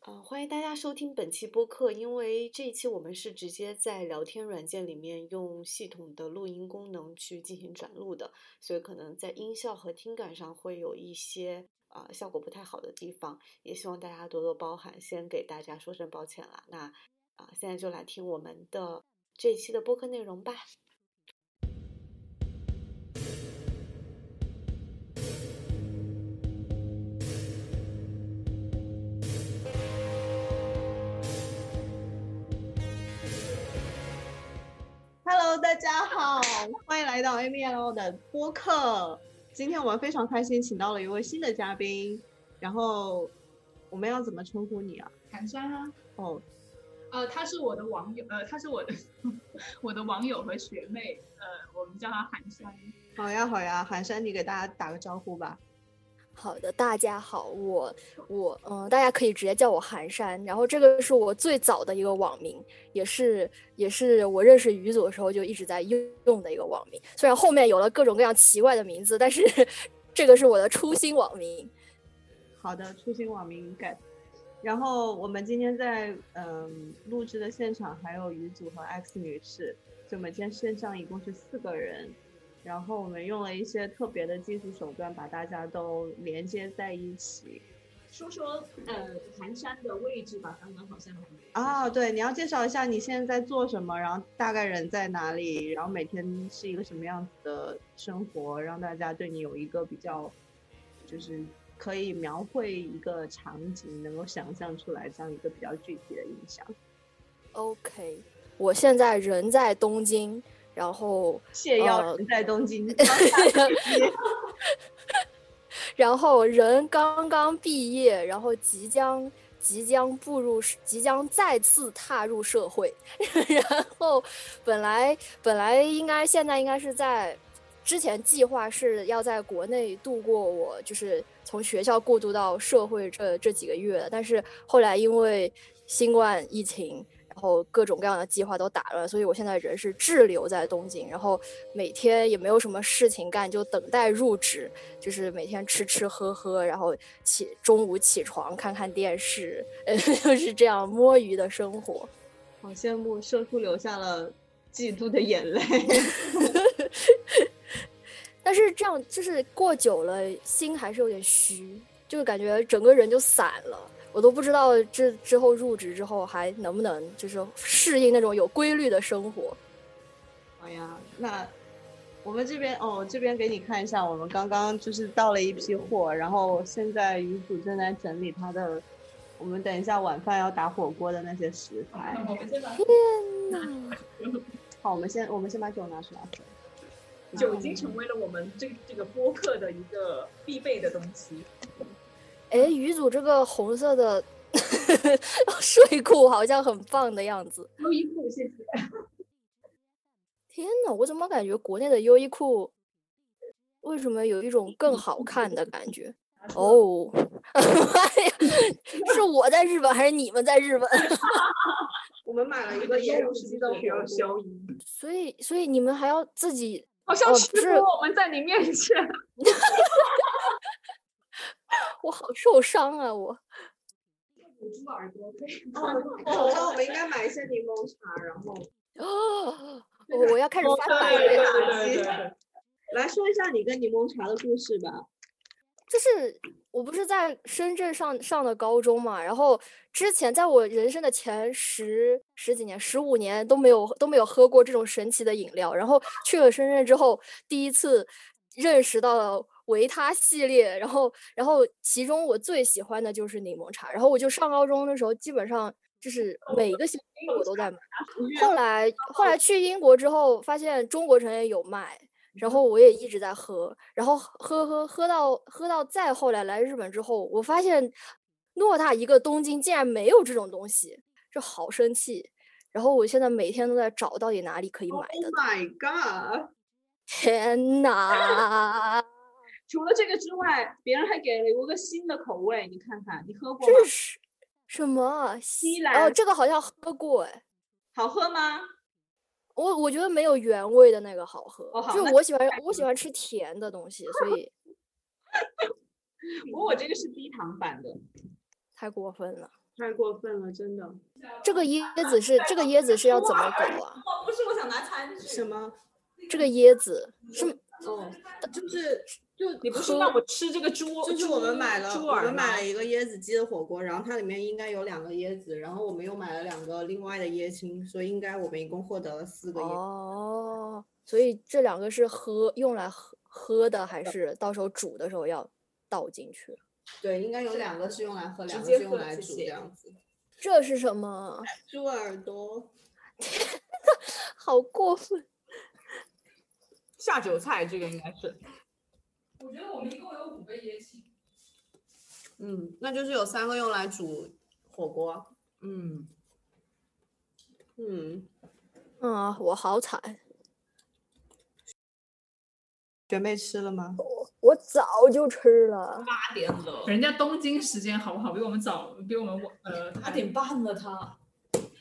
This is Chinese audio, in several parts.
啊、呃，欢迎大家收听本期播客。因为这一期我们是直接在聊天软件里面用系统的录音功能去进行转录的，所以可能在音效和听感上会有一些啊、呃、效果不太好的地方，也希望大家多多包涵，先给大家说声抱歉了。那啊、呃，现在就来听我们的这一期的播客内容吧。 Hello，大家好，欢迎来到 AML 的播客。今天我们非常开心，请到了一位新的嘉宾。然后我们要怎么称呼你啊？寒山啊，哦，呃，他是我的网友，呃，他是我的 我的网友和学妹，呃，我们叫他寒山。好呀，好呀，寒山，你给大家打个招呼吧。好的，大家好，我我嗯、呃，大家可以直接叫我寒山。然后这个是我最早的一个网名，也是也是我认识于祖的时候就一直在用用的一个网名。虽然后面有了各种各样奇怪的名字，但是 这个是我的初心网名。好的，初心网名 get。然后我们今天在嗯、呃、录制的现场还有于祖和 X 女士，所以我们今天线上一共是四个人。然后我们用了一些特别的技术手段，把大家都连接在一起。说说呃，寒山的位置吧，刚刚好像还没。啊、哦，对，你要介绍一下你现在在做什么，然后大概人在哪里，然后每天是一个什么样子的生活，让大家对你有一个比较，就是可以描绘一个场景，能够想象出来这样一个比较具体的印象。 OK，我现在人在东京。然后，谢邀人在东京。然后人刚刚毕业，然后即将即将步入，即将再次踏入社会。 然后本来本来应该现在应该是在之前计划是要在国内度过我就是从学校过渡到社会这这几个月，但是后来因为新冠疫情。然后各种各样的计划都打乱，所以我现在人是滞留在东京，然后每天也没有什么事情干，就等待入职，就是每天吃吃喝喝，然后起中午起床看看电视，呃， 就是这样摸鱼的生活。 好羡慕，社畜流下了嫉妒的眼泪。但是这样就是过久了，心还是有点虚，就是感觉整个人就散了。我都不知道这之后入职之后还能不能就是适应那种有规律的生活。好、哎、呀，那我们这边哦，这边给你看一下，我们刚刚就是到了一批货，然后现在于主正在整理他的，我们等一下晚饭要打火锅的那些食 材。天哪！好，我们先我们先把酒拿出来。酒已经成为了我们这这个播客的一个必备的东西。哎，鱼组这个红色的 睡裤好像很棒的样子。优衣库，谢谢。天呐，我怎么感觉国内的优衣库为什么有一种更好看的感觉？哦， 哎呀，是我在日本还是你们在日本？ 我们呃买了一个烟雾机的消消音， 所以所以你们还要自己好哦像直播我们在你面前。我好受伤啊！我 乳猪耳 朵可以。哦，那我们应该买一些柠檬茶，然后哦，我我要开始翻白眼了。来说一下你跟柠檬茶的故事吧。就是我不是在深圳上上的高中嘛，然后之前在我人生的前十十几年、十五年都没有都没有喝过这种神奇的饮料，然后去了深圳之后，第一次认识到了。维他系列，然后，然后其中我最喜欢的就是柠檬茶，然后我就上高中的时候，基本上就是每个星期我都在买。后来，后来去英国之后，发现中国城也有卖，然后我也一直在喝，然后喝喝喝到喝到再后来来日本之后，我发现偌大一个东京竟然没有这种东西，这好生气。然后我现在每天都在找到底哪里可以 买的。 Oh my god！天哪！除了这个之外，别人还给了我个新的口味，你看看，你喝过 吗？这是什么西兰？哦，这个好像喝过哎，好喝吗？我我觉得没有原味的那个好喝，哦、好就我喜欢我喜欢吃甜的东西，所 以。不过我这个是低糖版的，太过分了。太过分了，真的。这个椰子是这个椰子是要怎么搞啊？我不是，我想拿餐具。什么？这个椰子是哦，就是就你不是让我吃这个呃猪？就是猪我们买了，猪我耳们吗买了一个椰子鸡的火锅，然后它里面应该有两个椰子，然后我们又买了两个另外的椰青，所以应该我们一共获得了四个椰。哦，所以这两个是喝用来喝喝的，还是到时候煮的时候要倒进去？对，应该有两个是用来喝，两个接是用喝来谢煮这谢样子。这是 什么？猪耳朵，好过分！下酒菜，这个应该是。我觉得我们一共有五个椰青，嗯，那就是有三个用来煮火锅。嗯，嗯，嗯啊，我好惨！学妹吃了吗？我早就吃了，八点了，人家东京时间好不好？比我们早，比我们晚， 呃，八点半了他。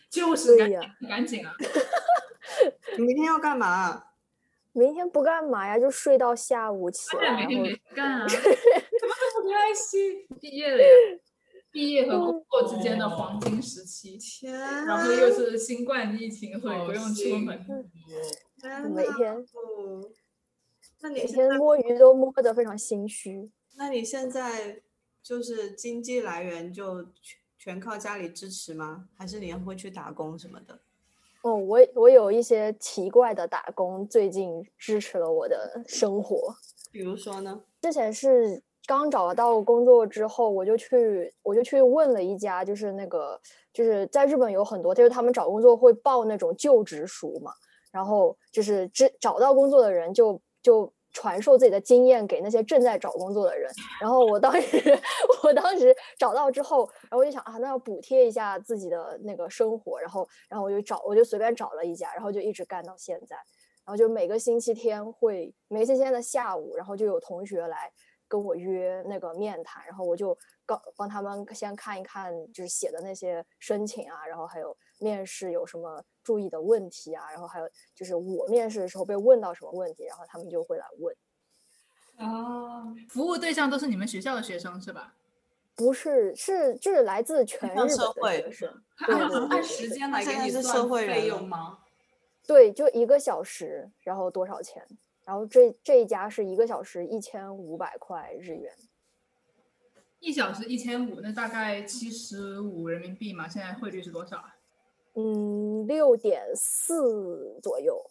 就是赶对紧呀，赶紧啊！你明天要干嘛？啊明天不干嘛呀，就睡到下午起现来，然在每天后没事 干啊，不开心。毕业了呀，毕业和哦工作之间的黄金时期，天，然后又是新冠疫情，所以哦好不用出幸门。天每呐天哦那你每现天在摸鱼都摸得非常心虚。那你现在就是经济来源就全全靠家里支持吗？还是你会去打工什么的？哦，我我有一些奇怪的打工，最近支持了我的生活。比如说呢？之前是刚找到工作之后，我就去我就去问了一家，就是那个就是在日本有很多，就是他们找工作会报那种就职书嘛，然后就是只找到工作的人就就传授自己的经验给那些正在找工作的人。然后我当时 我当时找到之后，然后我就想啊，那要补贴一下自己的那个生活，然后然后我就找我就随便找了一家，然后就一直干到现在。然后就每个星期天会每个星期天的下午，然后就有同学来跟我约那个面谈，然后我就告帮他们先看一看，就是写的那些申请啊，然后还有面试有什么注意的问题啊，然后还有就是我面试的时候被问到什么问题，然后他们就会来问。哦，服务对象都是你们学校的学生是吧？不是，是就是来自全日向本社的会学生，他对 按对按对时对间来现给在你是社算会人费了用吗？对，就一个小时，然后多少钱？然后这这一家是一个小时一千五百块日元。一小时一千五，那大概七十五人民币嘛，现在汇率是多少啊？嗯，六点四左右，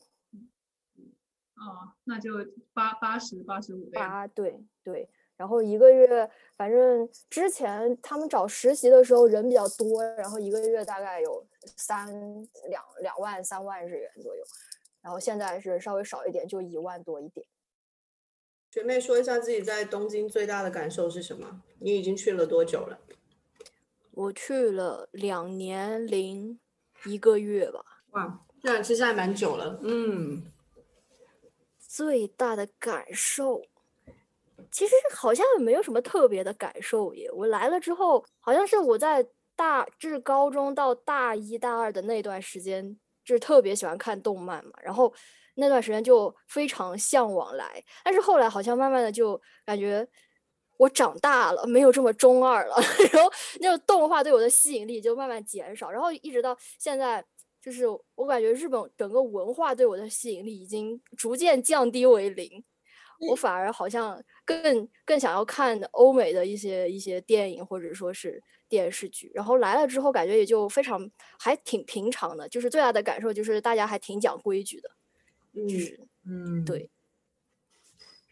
哦，那就八八十八十五的样子。八对对。然后一个月，反正之前他们找实习的时候人比较多，然后一个月大概有三两两万三万日元左右，然后现在是稍微少一点，就一万多一点。学妹说一下自己在东京最大的感受是什么？你已经去了多久了？我去了两年零一个月吧。哇，这样其实还蛮久了。嗯，最大的感受，其实好像也没有什么特别的感受耶。我来了之后，好像是我在大至高中到大一大二的那段时间，就是特别喜欢看动漫嘛，然后那段时间就非常向往来，但是后来好像慢慢的就感觉。我长大了，没有这么中二了， 然后那种动画对我的吸引力就慢慢减少，然后一直到现在，就是我感觉日本整个文化对我的吸引力已经逐渐降低为零，我反而好像更更想要看欧美的一些一些电影或者说是电视剧。然后来了之后，感觉也就非常还挺平常的，就是最大的感受就是大家还挺讲规矩的，嗯，就是嗯， 对，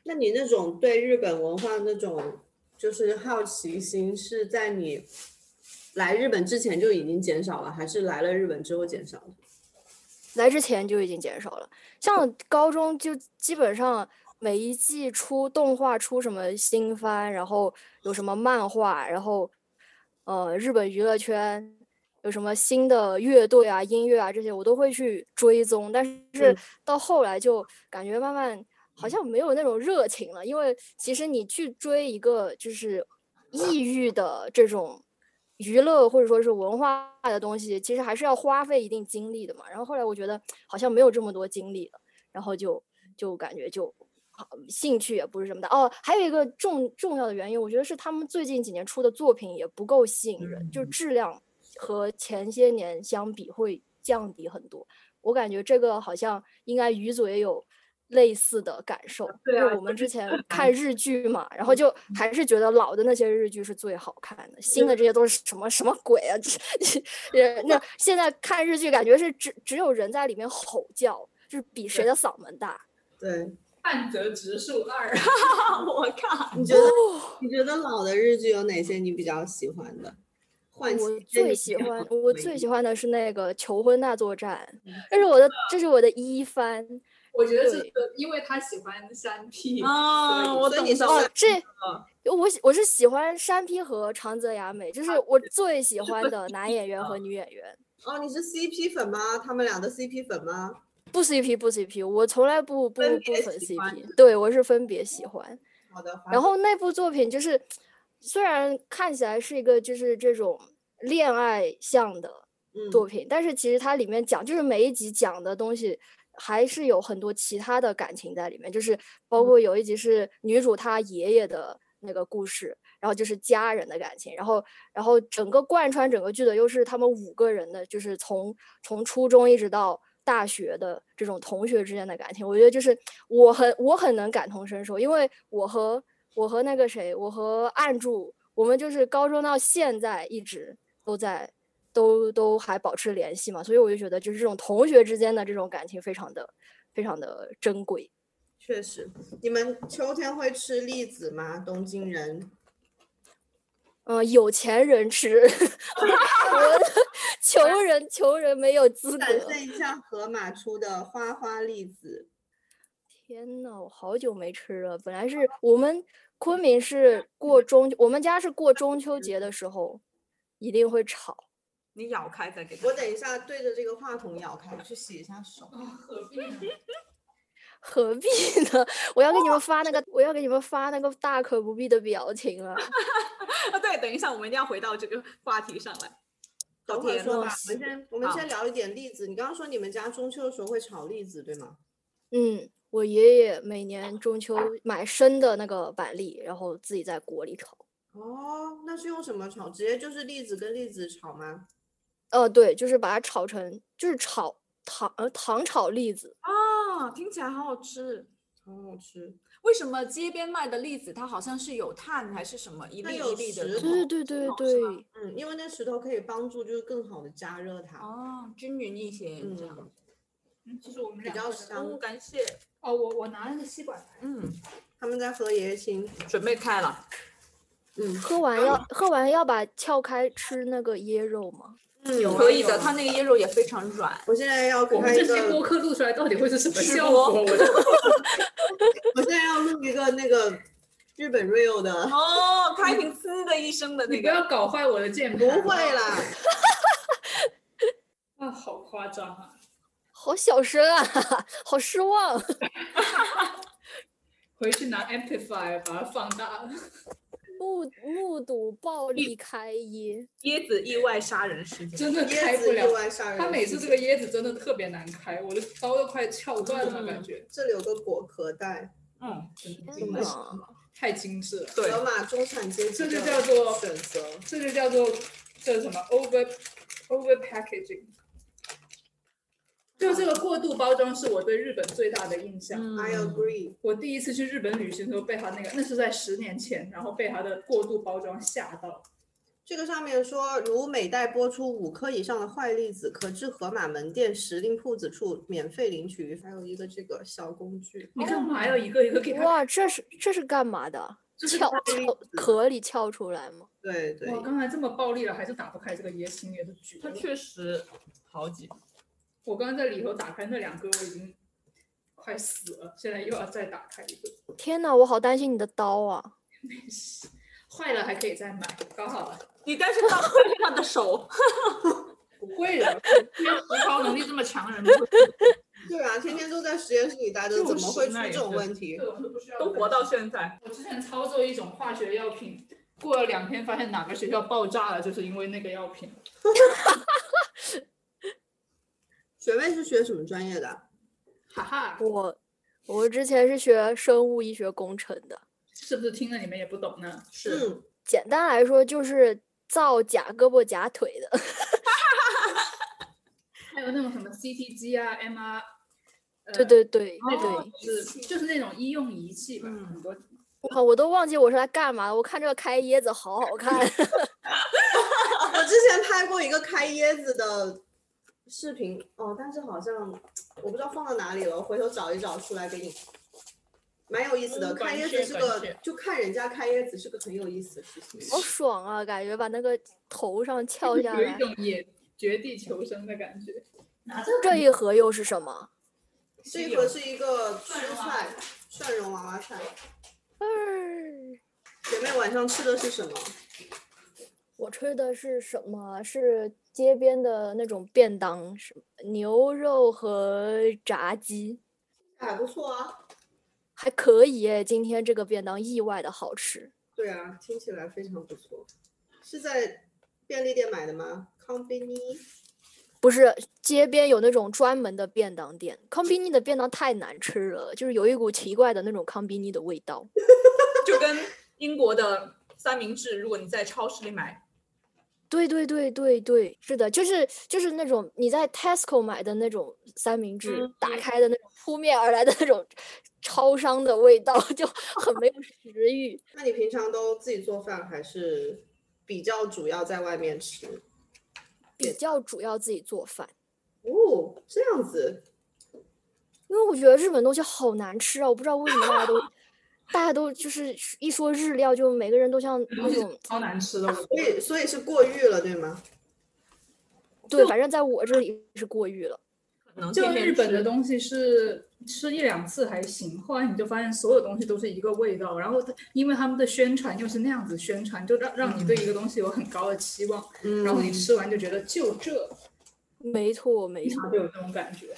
那你那种对日本文化那种就是好奇心，是在你来日本之前就已经减少了，还是来了日本之后减少的？来之前就已经减少了。像高中就基本上每一季出动画出什么新番，然后有什么漫画，然后呃日本娱乐圈有什么新的乐队啊、音乐啊这些，我都会去追踪。但是到后来就感觉慢慢好像没有那种热情了，因为其实你去追一个就是异域的这种。娱乐或者说是文化的东西，其实还是要花费一定精力的嘛。然后后来我觉得好像没有这么多精力了，然后就就感觉就好兴趣也不是什么的。哦，还有一嗯个重重要的原因，我觉得是他们最近几年出的作品也不够吸引人，就是质量和前些年相比会降低很多。我感觉这个好像应该鱼组也有类似的感受，因对为啊我们之前看日剧嘛，然后嗯就还是觉得老的那些日剧是最好看的，新的这些都是什么什么鬼啊？这这呃那现在看日剧感觉是只只有人在里面吼叫，就是比谁的嗓门大。对，半泽直树 二，我靠！你觉得、哦你觉得老的日剧有哪些你比较喜欢的？唤起我一些最你喜美嗯好欢的我回最忆喜欢的是那个《求婚大作战》，这是我的这是我的一番我觉得是对因为他喜欢山 P，啊，我所以懂你到上了哦，这我喜我是喜欢山 P 和长泽雅美，这啊是我最喜欢 的男演员和女演员。哦，你是 CP 粉吗？他们俩的 CP 粉吗？不 CP 不 CP，我从来不不分不别粉喜欢 CP，对我是分别喜欢。好的，然后那部作品就是，虽然看起来是一个就是这种恋爱向的嗯，作品，但是其实它里面讲，就是每一集讲的东西还是有很多其他的感情在里面，就是包括有一集是女主她爷爷的那个故事，然后就是家人的感情，然后然后整个贯穿整个剧的又是他们五个人的，就是从从初中一直到。大学的这种同学之间的感情，我觉得就是我很我很能感同身受，因为我和我和那个谁，我和暗柱，我们就是高中到现在一直都在都都还保持联系嘛，所以我就觉得就是这种同学之间的这种感情非常的非常的珍贵。确实，你们秋天会吃栗子吗？东京人嗯、有钱人吃， 我穷人穷人没有资展格。现一下河马出的花花栗子，天呐，我好久没吃了。本来是我们昆明是过中，我们家是过中秋节的时候一定会炒。你咬开再给他我。等一下对着这个话筒咬开，我去洗一下手。何必呢？啊何必呢？ 我要给你们发那个，我要给你们发那个大可不必的表情了。 啊，对，等一下，我们一定要回到这个话题上来。等好会儿甜说哦吧，我们先我们好先聊一点栗子。你刚刚说你们家中秋的时候会炒栗子，对吗？ 嗯，我爷爷每年中秋买生的那个板栗，然后自己在锅里炒。哦，那是用什么炒？直接就是栗子跟栗子炒吗？呃，对，就是把它炒成，就是炒糖呃糖炒栗子。啊，听起来好好吃。好好吃。为什么街边卖的栗子，它好像是有碳还是什么一它粒有一粒的石头那种？对对对头对是吗对，嗯，因为那石头可以帮助就是更好的加热它。哦，均匀一些这样。嗯嗯其实我们比两较个人香哦，感谢。哦，我我拿了个吸管来，嗯，他们在喝爷爷青，准备开了。 嗯，喝完要喝完要把撬开吃那个椰肉吗？嗯有啊可以有的，啊它那个椰肉也非常软。我现在要我们开这一些播个，客录出来到底会是什么吃效播果？ 我的我现在要录一个那个日本 real 的，哦，开瓶呲的一声的那你不个。要搞坏我的键盘。不会 啦，啊，好夸张啊！好小声啊， 好失望。啊回去拿 amplifier 把它放大。 目目睹暴力开椰，椰子意外杀人事件。真的开椰不子意了。外杀人。他每次这个，椰子真的特别难开，我的刀都快撬断了，嗯感觉这里有个果壳袋，嗯，天真的是呐，太精致了。对河马中产阶级这就的叫做选择。这就叫做这什么 over over packaging，就这个过度包装是我对日本最大的印象。嗯 I agree，我第一次去日本旅行的时候被他那个，那是在十年前，然后被他的过度包装吓到。这个上面说，如每袋播出五颗以上的坏栗子，可至盒马门店时令铺子处免费领取。还有一个这个小工具，你干嘛要一个一个给他？哇，这是这是干嘛的？就是撬它撬壳里撬出来吗？对对，哇，刚才这么暴力了，还是打不开这个椰心，也是绝它了。确实好几。我刚刚在里头打开那两个，我已经快死了，现在又要再打开一个， 天呐，我好担心你的刀啊！没事，坏了还可以再买，搞好了。你但是它会是它的 手。不会 的，因为实操能力这么强的人不会对啊，天天都在实验室里待着，怎么会出就是那这也种是问题？这种是不需要都担活到心现在，我之前操作一种化学药品，过了两天发现哪个学校爆炸了，就是因为那个药品。学妹是学什么专业的啊？哈哈，我我之前是学生物医学工程的，是不是听了你们也不懂呢？嗯，简单来说就是造假胳膊假腿的。还有那种什么 CT 机啊、MR，、对哦呃、对对那种对，就是就是那种医用仪器吧，嗯很多哇，我都忘记我是来干嘛的。我看这个开椰子好好看，我之前拍过一个开椰子的视频哦，但是好像我不知道放到哪里了，我回头找一找出来给你。蛮有意思的，嗯开感椰谢子是感个谢，就看人家开椰子是个很有意思的事情。好爽啊！感觉把那个头上翘下 有一来，种也绝地求生的感觉。拿着这一盒又是什么？这一盒是一个蔬菜蒜蓉娃娃菜，嗯，姐妹晚上吃的是什么？我吃的是什么？是街边的那种便当，什么牛肉和炸鸡，还不错啊，还可以诶。今天这个便当意外的好吃。对啊，听起来非常不错。是在便利店买的吗康菲尼不是街边有那种专门的便当店，康比尼的便当太难吃了，就是有一股奇怪的那种康比尼的味道。就跟英国的三明治，如果你在超市里买，对对对对对，是的，就是就是那种你在 Tesco 买的那种三明治，打开的那种扑面而来的那种超商的味道， 就很没有食欲。那你平常都自己做饭，还是比较主要在外面吃？比较主要自己做饭，哦，这样子，因为我觉得日本东西好难吃啊，我不知道为什么大家都大家都就是一说日料，就每个人都像那种超难吃的。所以所以是过誉了，对吗？对，反正在我这里是过誉了。可能就天天日本的吃东西是吃一两次还行，后来你就发现所有东西都是一个味道，然后它因为他们的宣传又是那样子宣传，就让让你对一个东西有很高的期望，嗯然后你吃完就觉得就这，没错，没错，就有这种感觉，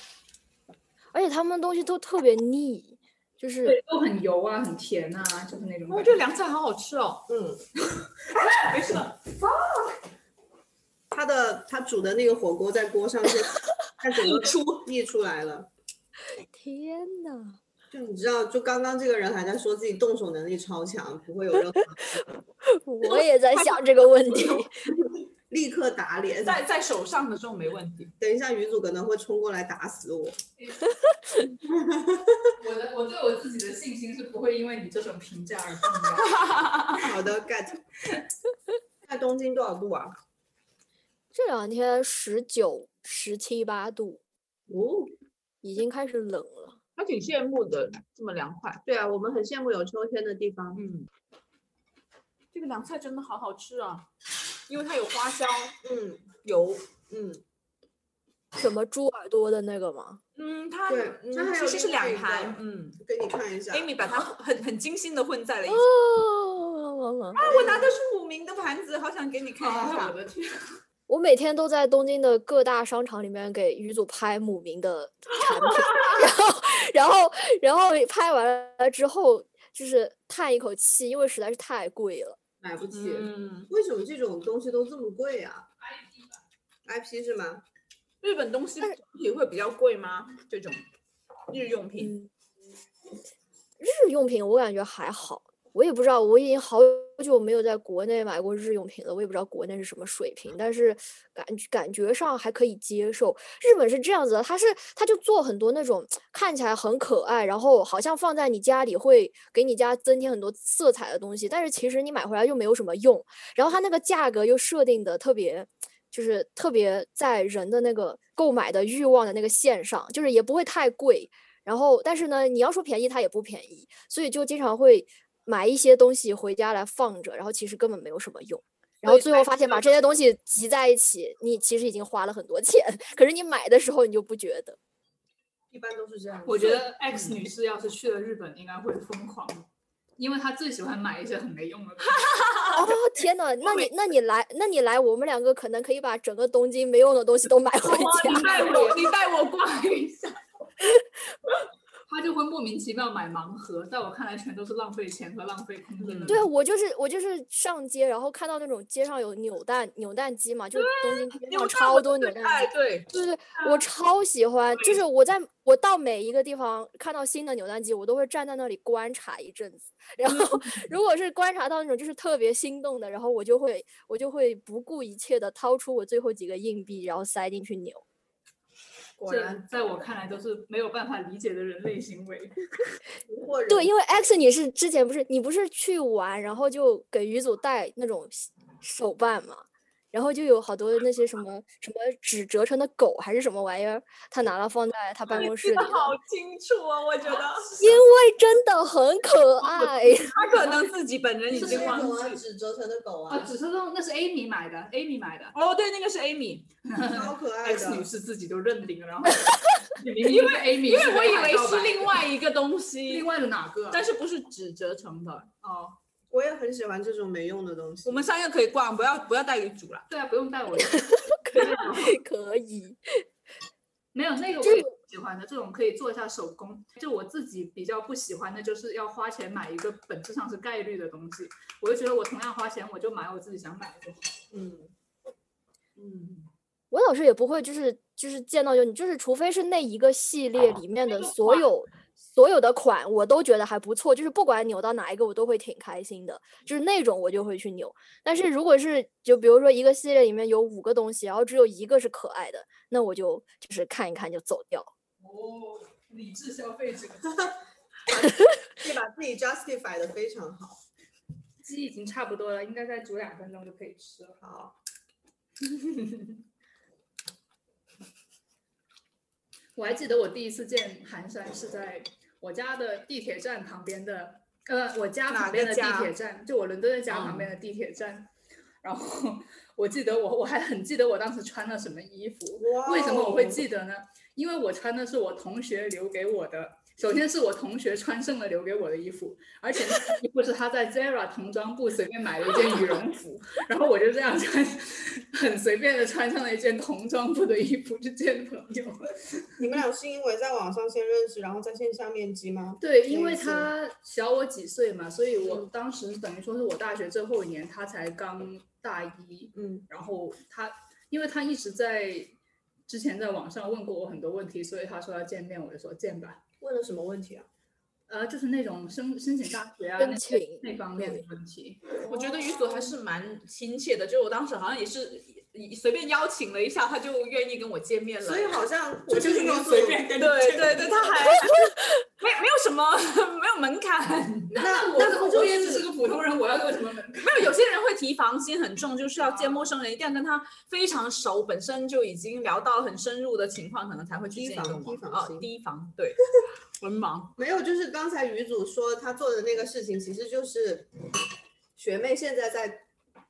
而且他们东西都特别腻，就是对，都很油啊，很甜啊，就是那种哦，感这觉。凉菜好好吃哦！嗯，没事了，他的他煮的那个火锅在锅上就它整个出溢出来了。天呐。就你知道，就刚刚这个人还在说自己动手能力超强，不会有任何我也在想这个问题。立刻打脸。在在手上的时候没问题。等一下，女主可能会冲过来打死我。我的我对我自己的信心是不会因为你这种评价而动摇。啊好的，get。在东京多少度啊？这两天十九、十七八度，哦，已经开始冷了。还挺羡慕的，这么凉快。对啊，我们很羡慕有秋天的地方。嗯，这个凉菜真的好好吃啊，因为它有花椒嗯油。嗯，什么猪耳朵的那个吗？嗯，它对嗯它还有其实是另外两一个盘。嗯给你看一下。 ，Amy 把它很很精心的混在了一起。哦，啊，我拿的是五名的盘子，好想给你看一啊，下 我。的天！我每天都在东京的各大商场里面给鱼组拍姆明的产品，然后，然后，然后拍完了之后，就是叹一口气，因为实在是太贵了。买不起。嗯，为什么这种东西都这么贵啊？IP 是吗？日本东西也会比较贵吗？这种日用品，嗯，日用品我感觉还好，我也不知道，我已经好久没有在国内买过日用品了，我也不知道国内是什么水平，但是感感觉上还可以接受。日本是这样子的，它是它就做很多那种看起来很可爱，然后好像放在你家里会给你家增添很多色彩的东西，但是其实你买回来又没有什么用，然后它那个价格又设定的特别。就是特别在人的那个购买的欲望的那个线上，就是也不会太贵，然后，但是呢，你要说便宜，它也不便宜，所以就经常会买一些东西回家来放着，然后其实根本没有什么用。然所后以最在后发现，把这些东西集在一起，你其实已经花了很多钱，可是你买的时候你就不觉得。一般都是这样。我觉 得 X 女士要是去了日本，应该会疯狂，因为她最喜欢买一些很没用的东西。哦天呐，那你那你来，那你来，我们两个可能可以把整个东京没用的东西都买嗯 回家。你 带我，你带我逛一下。他就会莫名其妙买盲盒，在我看来全都是浪费钱和浪费空间的。对啊，我就是我就是上街，然后看到那种街上有扭蛋扭蛋机嘛，就是东京街因为上大伙超多都扭蛋哎机，对，啊对对，我超喜欢，就是我在我到每一个地方看到新的扭蛋机，我都会站在那里观察一阵子， 然 后如果是观察到那种就是特别心动的，然后我就会我就会不顾一切的掏出我最后几个硬币，然后塞进去扭。果这然在我看来都是没有办法理解的人类行为。迷惑人。对，因为 X 你是之前不是你不是去玩，然后就给鱼组带那种西手办嘛，然后就有好多那些什么什么纸折成的狗还是什么玩意儿，他拿了放在他办公室记里得了，好清楚啊，我觉得因为真的很可爱。他可能自己本人已是经那忘种啊，记了。纸折成的狗啊，啊，只是那那是 Amy 买的，Amy 买的哦，对，那个是 Amy，超可爱 ，X 女的。士自己都认领了， 然后因为 Amy，因为我以为是另另外一个东西另，外的哪个？啊但是不是纸折成的哦。我也很喜欢这种没用的东西。我们三个可以逛，不要不要带鱼组了。对啊，不用带我了。 可以，没有那个我这也不喜欢的，这种可以做一下手工。就我自己比较不喜欢的，就是要花钱买一个本质上是概率的东西。我就觉得我同样花钱，我就买我自己想买的东西。嗯嗯，我老师也不会，就是就是见到就你，就是除非是那一个系列里面的个所款有所有的款，我都觉得还不错，就是不管扭到哪一个，我都会挺开心的，就是那种我就会去扭。但是如果是就比如说一个系列里面有五个东西，然后只有一个是可爱的，那我就就是看一看就走掉。哦，理智消费者，可以把自己 justify 的非常好。 鸡已经差不多了，应该再煮两分钟就可以吃了。好，我还记得我第一次见寒山是在我家的地铁站旁边的，呃，我家哪旁边个的地家铁站，就我伦敦的家旁边的地铁站。 然后我记得我我还很记得我当时穿了什么衣服，哇为什么我会哦记得呢？因为我穿的是我同学留给我的，首先是我同学穿剩了留给我的衣服，而且那件衣服是他在 Zara 童装部随便买了一件羽绒服，然后我就这样穿，很随便的穿上了一件童装部的衣服去见朋友。你们俩是因为在网上先认识，然后在线下面基吗？对，因没为错他小我几岁嘛，所以我当时等于说是我大学最后一年，他才刚大一，嗯，然后他，因为他一直在之前在网上问过我很多问题，所以他说要见面，我就说见吧。问了什么问题啊？呃，就是那种申申请大学啊申那请些那方面的问题。我觉得鱼组还是蛮亲切的，就我当时好像也是随便邀请了一下，他就愿意跟我见面了。所以好像我就是那种随便跟对对对，他 还没没有什么没有门槛，那 我那不就我也只是是个普通人，我要有什么门槛？没有有些人会提防心很重，就是要见陌生人一定要跟他非常熟，本身就已经聊到很深入的情况，可能才会去提见一个防网提防啊心提防 对文盲没有？就是刚才于祖说他做的那个事情，其实就是学妹现在在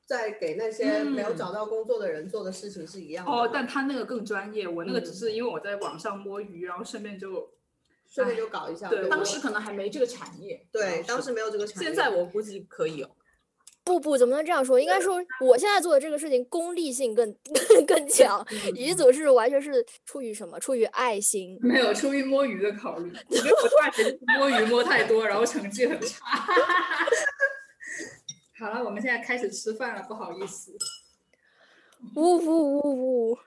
在给那些没有嗯找到工作的人做的事情是一样的。哦，但他那个更专业，我那个嗯只是因为我在网上摸鱼，然后顺便就顺便就搞一下。对对，当时可能还没这个产业，对当时没有这个产业。现在我估计可以哦，不不，怎么能这样说？应该说我现在做的这个事情功利性更更更强，鱼组是完全是出于什么？出于爱心。 没有出于摸鱼的考虑。我觉得我大学就是摸鱼摸太多，然后成绩很差。 好了，我们现在开始吃饭了，不好意思。呜呜呜呜！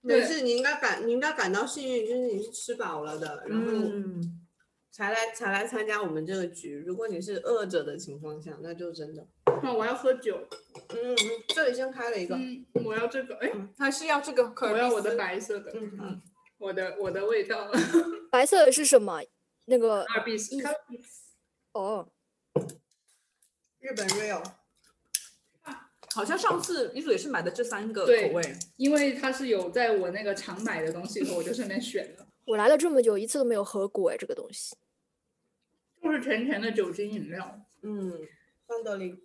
没事，你应该感你应该感到幸运，就是你是吃饱了的，然后嗯，才来才来参加我们这个局。如果你是饿着的情况下，那就真的，那哦我要喝酒。嗯，这里先开了一个，嗯，我要这个，哎，还是要这个可我尔要必我的斯白色的，嗯，好我的我的味道，白色的是什么？那个二 B 是意思哦，日本 real，好像上次女主也是买的这三个对口味，因为它是有在我那个常买的东西里头，我就顺便选了，我来了这么久，一次都没有喝过哎，这个东西。就是甜甜的酒精饮料，嗯，三得零，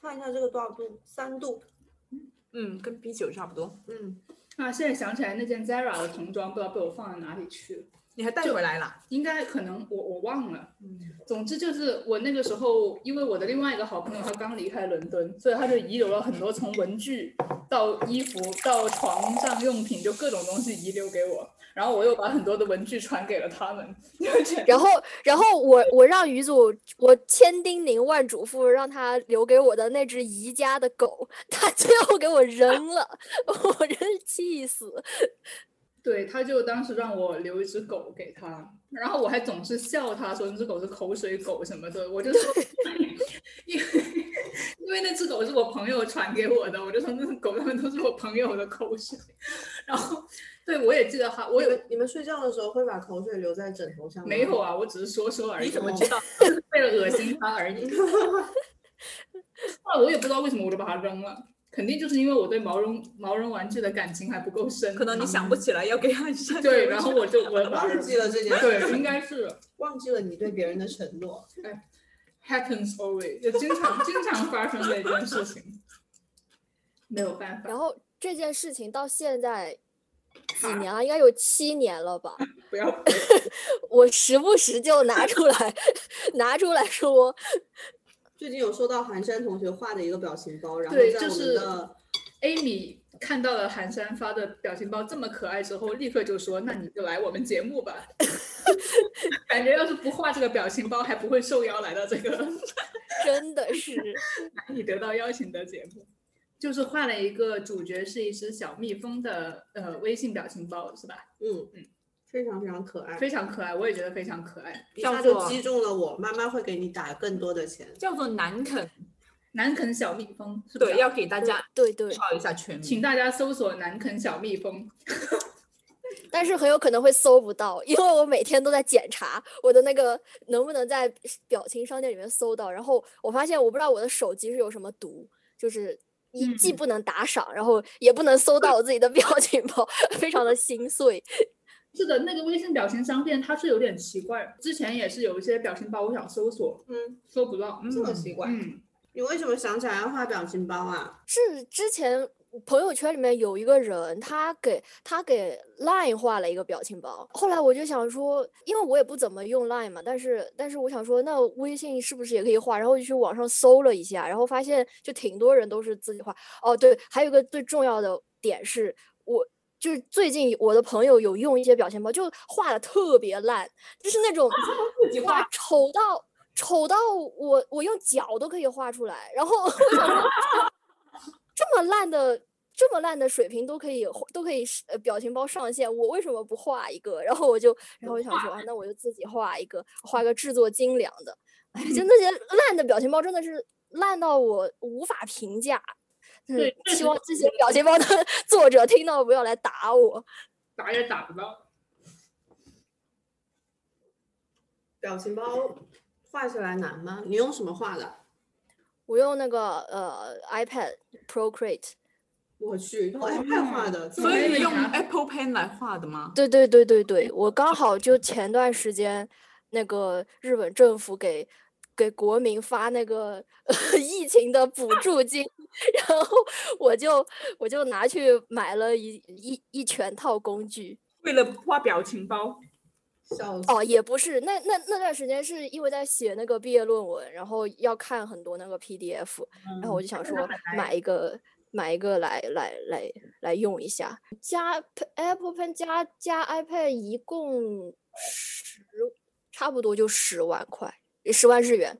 看一下这个多少度，三度，嗯，跟啤酒差不多。嗯，啊，现在想起来那件 Zara 的童装不知道被我放到哪里去了，你还带回来啦？应该可能我我忘了。总之就是我那个时候，因为我的另外一个好朋友他刚离开伦敦，所以他就遗留了很多从文具到衣服到床上用品，就各种东西遗留给我。然后我又把很多的文具传给了他们，然后，然后我我让于祖，我千叮咛万嘱咐，让他留给我的那只宜家的狗， 他最后给我扔了， 我真是气死。对，他就当时让我留一只狗给他，然后我还总是笑他说那只狗是口水狗什么的，我就说，因为因为那只狗是我朋友传给我的，我就说那狗他们都是我朋友的口水。然后，对我也记得哈，我你有们你们睡觉的时候会把口水留在枕头上吗？没有啊，我只是说说而已。你怎么知道？为了恶心它 而已。那我也不知道为什么我就把它扔了，肯定就是因为我对毛绒毛绒玩具的感情还不够深。可能你想不起来要给它删。嗯 对，然后 我就我 把它忘扔记了这件事，对，应该是忘记了你对别人的承诺。 happens always，就经常经常发生这件事情，没有办法，然后这件事情到现在几年了，应该有七年了吧？不要我时不时就拿出来 拿出来说，最近有收到寒山同学画的一个表情包，然后对在就我们是的 Amy 看到了韩山发的表情包这么可爱之后，立刻就说：“那你就来我们节目吧。” 感觉要是不画这个表情包，还不会受邀来到这个真的是难以得到邀请的节目。就是画了一个主角是一只小蜜蜂的呃微信表情包，是吧？嗯嗯，非常非常可爱，非常可爱，我也觉得非常可爱。一下叫就做击中了我。妈妈会给你打更多的钱。叫做南肯，南肯小蜜蜂是不是对，要给大家对对介，绍一下全名。请大家搜索南肯小蜜蜂，但是很有可能会搜不到，因为我每天都在检查我的那个能不能在表情商店里面搜到。然后我发现我不知道我的手机是有什么毒，就是一嗯既不能打赏，然后也不能搜到我自己的表情包， 非常的心碎。是的，那个微信表情商店它是有点奇怪，之前也是有一些表情包我想搜索，嗯，搜不到，这么嗯奇怪，嗯，你为什么想起来要画表情包啊？是之前朋友圈里面有一个人，他给他给 Line 画了一个表情包。后来我就想说，因为我也不怎么用 Line 嘛，但是但是我想说，那微信是不是也可以画？然后就去网上搜了一下，然后发现就挺多人都是自己画。哦，对，还有一个最重要的点是我。就是最近我的朋友有用一些表情包，就画的特别烂，就是那种啊自己哇，画丑到丑到我我用脚都可以画出来，然后我想说这么烂的这么烂的水平都可以画都可以是呃表情包上线，我为什么不画一个？然后我就然后我想说啊，那我就自己画一个，画个制作精良的。哎，就那些烂的表情包真的是烂到我无法评价。嗯对确希实望是这些表情包的作者听到不要来打我。打也打不到。表情包画起来难吗？你用什么画的？我用那个呃 iPad Procreate，我去，用 iPad 画的，这么哦所以没你有用啊 Apple Pen 来画的吗？对对对对对，我刚好就前段时间，那个日本政府给给国民发那个 疫情的补助金，然后我就我就拿去买了一一一全套工具。为了画表情包，笑死。哦，也不是，那那那段时间是因为在写那个毕业论文，然后要看很多那个 PDF，然后我就想说买一个买一个来来来来用一下。加 P- Apple Pen 加加 iPad 一共十，差不多就十万块，十万日元。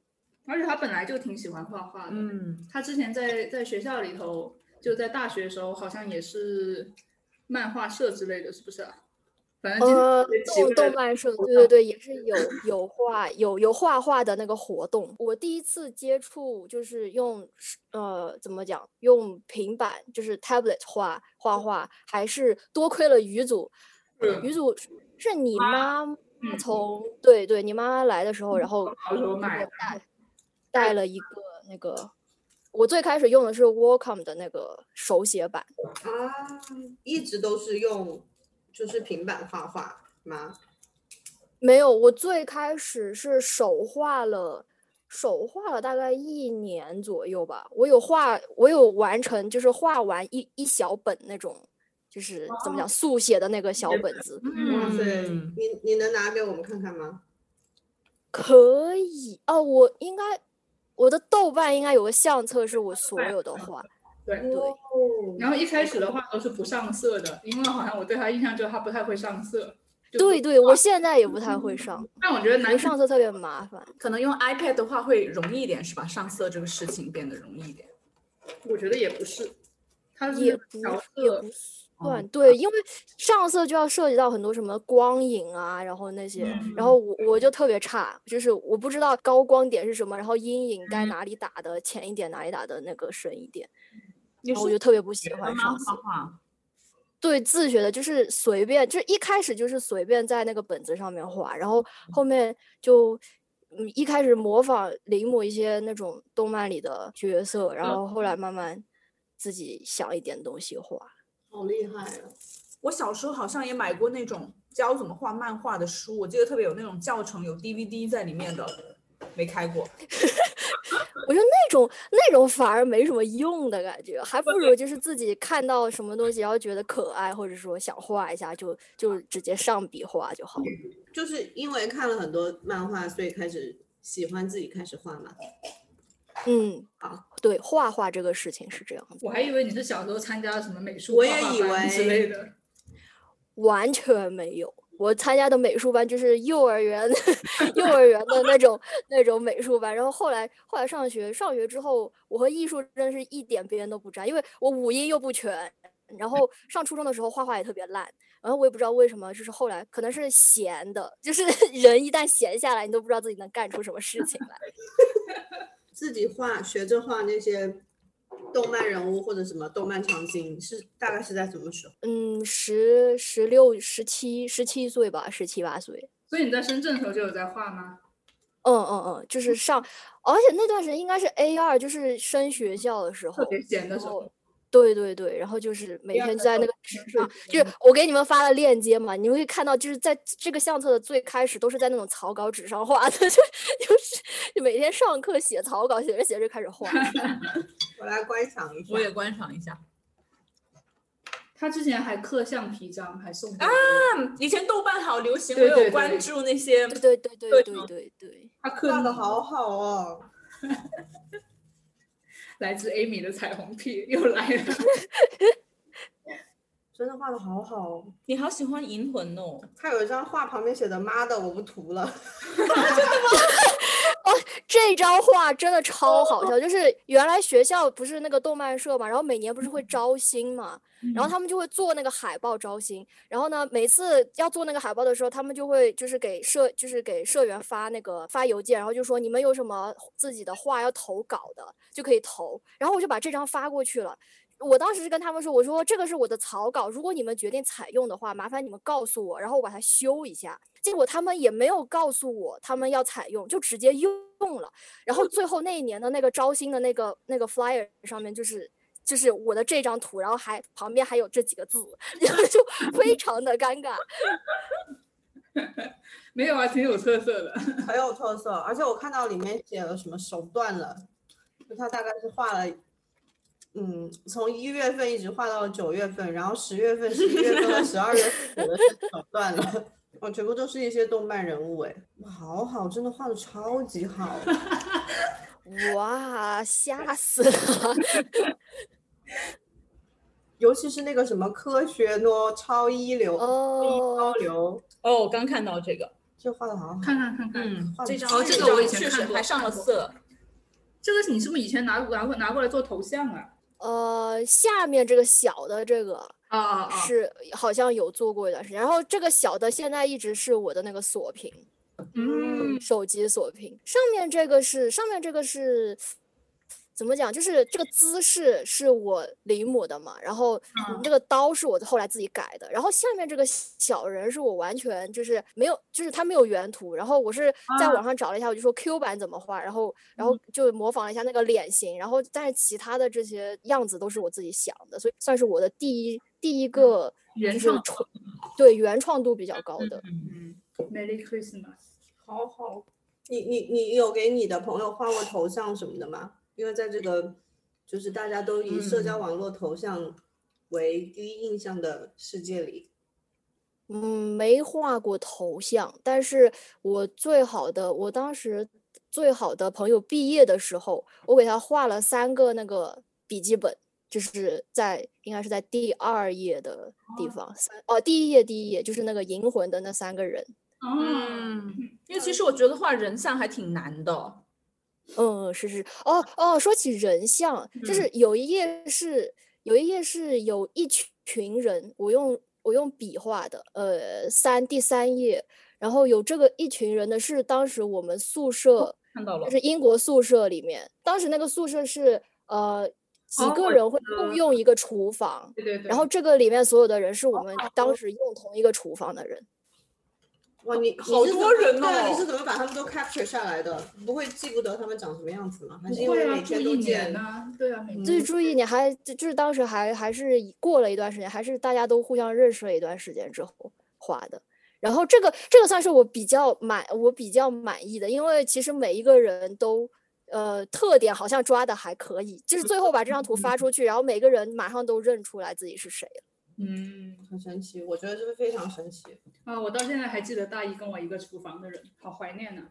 而且他本来就挺喜欢画画的，嗯，他之前在在学校里头，就在大学的时候，好像也是漫画社之类的，是不是、啊？反正经常呃特别，奇动怪动的漫社，活对对对，也是有有画有有画画的那个活动。我第一次接触就是用是呃怎么讲，用平板就是 tablet 画画画，还是多亏了于 祖。嗯于祖是是你妈妈嗯从对对你妈妈来的时候，然后好时候然买后的，带带了一个那个，我最开始用的是 Wacom 的那个手写板。啊，一直都是用就是平板画画吗？没有，我最开始是手画了，手画了大概一年左右吧。我有画，我有完成，就是画完一一小本那种，就是怎么讲速写的那个小本子。嗯哇嗯塞，你你能拿给我们看看吗？可以哦，我应该我的豆瓣应该有个相册，是我所有的画。嗯对。对，然后一开始的话都是不上色的，因为好像我对他印象就是他不太会上色。就对不，对，我现在也不太会上，但我嗯觉得因为男生上色特别麻烦。可能用 iPad 的话会容易一点，是吧？上色这个事情变得容易一点。我觉得也不是，他是也不调也色不是，哦段，对，因为上色就要涉及到很多什么光影啊，然后那些，然嗯后我我就特别差，就是我不知道高光点是什么，然后阴影嗯该哪里打的浅一点，哪里打的那个深一点，你然哦后我是就特别不喜学欢的上吗？色画。画对，自学的，就是随便，就是一开始就是随便在那个本子上面画，然后后面就，嗯，一开始模仿临摹一些那种动漫里的角色，嗯然后后来慢慢自己想一点东西画。好厉害啊！我小时候好像也买过那种教怎么画漫画的书，我记得特别有那种教程，有 DVD 在里面的，没开过。我觉得那种那种反而没什么用的感觉，还不如就是自己看到什么东西，然后觉得可爱，或者说想画一下，就就直接上笔画就好了。就是因为看了很多漫画，所以开始喜欢自己开始画嘛。嗯好，对，画画这个事情是这样的，我还以为你是小时候参加什么美术我画也画以班之为类的，完全没有。我参加的美术班就是幼儿园， 幼儿园的那种那种美术班，然后后来后来上学，上学之后，我和艺术真的是一点边都不沾，因为我五音又不全，然后上初中的时候画画也特别烂，然后我也不知道为什么，就是后来可能是闲的，就是 人一旦闲下来，你都不知道自己能干出什么事情来。自己画，学着画那些动漫人物或者什么动漫场景，是大概是在什么时候？嗯，十十六、十七、十七岁吧，十七八岁。所以你在深圳的时候就有在画吗？嗯嗯嗯，就是上，而且那段时间应该是 A 二，就是升学校的时候特，别闲的然时候后，对对对，然后就是每12天就的在那时个纸候可能上会，觉就得是我给你们发了链接嘛，你们可以看到，就是在这个相册的最开始都是在那种草稿纸上画的， 就就是就每天上课写草稿，写着写着开始画。我来观赏一下我。也观赏一下。他之前还刻橡皮章，还送啊，嗯，以前豆瓣好流行，对我对有关对注那些。对对对对对对吗对对，他刻画的好好哦，来自 Amy 的彩虹屁又来了。真的画的好好哦。你好喜欢银魂哦，他有一张画旁边写的“妈的，我不涂了这张画真的超好笑，就是原来学校不是那个动漫社嘛，然后每年不是会招新嘛，然后他们就会做那个海报招新，然后呢，每次要做那个海报的时候，他们就会就是给社就是给社员发那个发邮件，然后就说你们有什么自己的画要投稿的就可以投，然后我就把这张发过去了。我当时是跟他们说，我说这个是我的草稿，如果你们决定采用的话，麻烦你们告诉我，然后我把它修一下。结果他们也没有告诉我他们要采用，就直接用了。然后最后那一年的那个招新的那个那个 flyer 上面就是就是我的这张图，然后还旁边还有这几个字， 然后就非常的尴尬。没有啊，挺有特色的。”，很有特色。而且我看到里面写了什么手断了，就他大概是画了，嗯，从一月份一直画到了九月份，然后十月份、十一月份和十二月份写的是手断了。哦，全部都是一些动漫人物哎，哇好好，真的画的超级好。哇，吓死了！尤其是那个什么科学诺超一流、超哦，流，哦，我刚看到这个，这画的好好。看看看看，嗯，画这得张好这张个我以前确实看过还上了看过色，这个是你是不是以前拿拿过拿过来做头像啊？呃，下面这个小的这个啊啊啊！是好像有做过一段时间，然后这个小的现在一直是我的那个锁屏。嗯，手机锁屏。上面这个是上面这个是怎么讲？就是这个姿势是我临摹的嘛，然后这嗯个刀是我后来自己改的，然后下面这个小人是我完全就是没有，就是它没有原图，然后我是在啊网上找了一下，我就说 Q 版怎么画，然后然嗯后就模仿了一下那个脸型，然后但是其他的这些样子都是我自己想的，所以算是我的第一第一个嗯原就是创纯对原创度比较高的。嗯，Merry Christmas。好好，你你你有给你的朋友画过头像什么的吗？因为在这个就是大家都以社嗯交网络头像为第一印象的世界里，嗯，没画过头像，但是我最好的，我当时最好的朋友毕业的时候，我给他画了三个那个笔记本，就是在应该是在第二页的地方，三哦第一页第一页就是那个银魂的那三个人，哦，嗯，因为其实我觉得画人像还挺难的，嗯是是嗯哦哦，说起人像，就是有一页是有一页是有一群群人，我用我用笔画的，呃，三第三页，然后有这个一群人呢，是当时我们宿哦舍，看到了就，是英国宿舍里面，当时那个宿舍是呃几哦个我人会知道共用一个厨房，对对对。哦然后这个里面所有的人是我们当时用同一个厨房的人。哦哇，你好多人呢？对啊你哦是怎么把他们都 capture 下来的？不会记不得他们长什么样子吗？还不是因会为啊，每住天一都年见？呐，对啊，每嗯就是注意，你还就就是当时还还是以过了一段时间，还是大家都互相认识了一段时间之后画的。然后这个这个算是我比较满我比较满意的，因为其实每一个人都呃特点好像抓的还可以，就是最后把这张图发出去，然后每个人马上都认出来自己是谁了。嗯很神奇，我觉得这个非常神奇。啊，我到现在还记得大一跟我一个厨房的人，好怀念呐、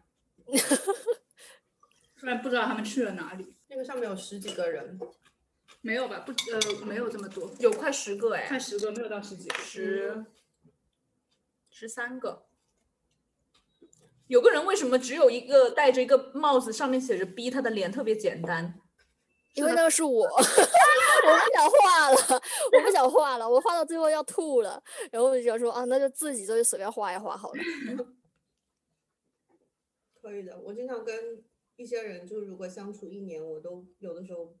虽然不知道他们去了哪里，那个上面有十几个人，没有吧？不，呃，没有这么多，有快十个哎快，十个，没有到十几个。十十三个。有个人为什么只有一个戴着一个帽子，上面写着 “B”，他的脸特别简单。因为那是我，我 不想画了，我不想画了，我画到最后要吐了，然后我就想说啊，那就自己就随便画一画好了。可以的。我经常跟一些人，就如果相处一年，我都有的时候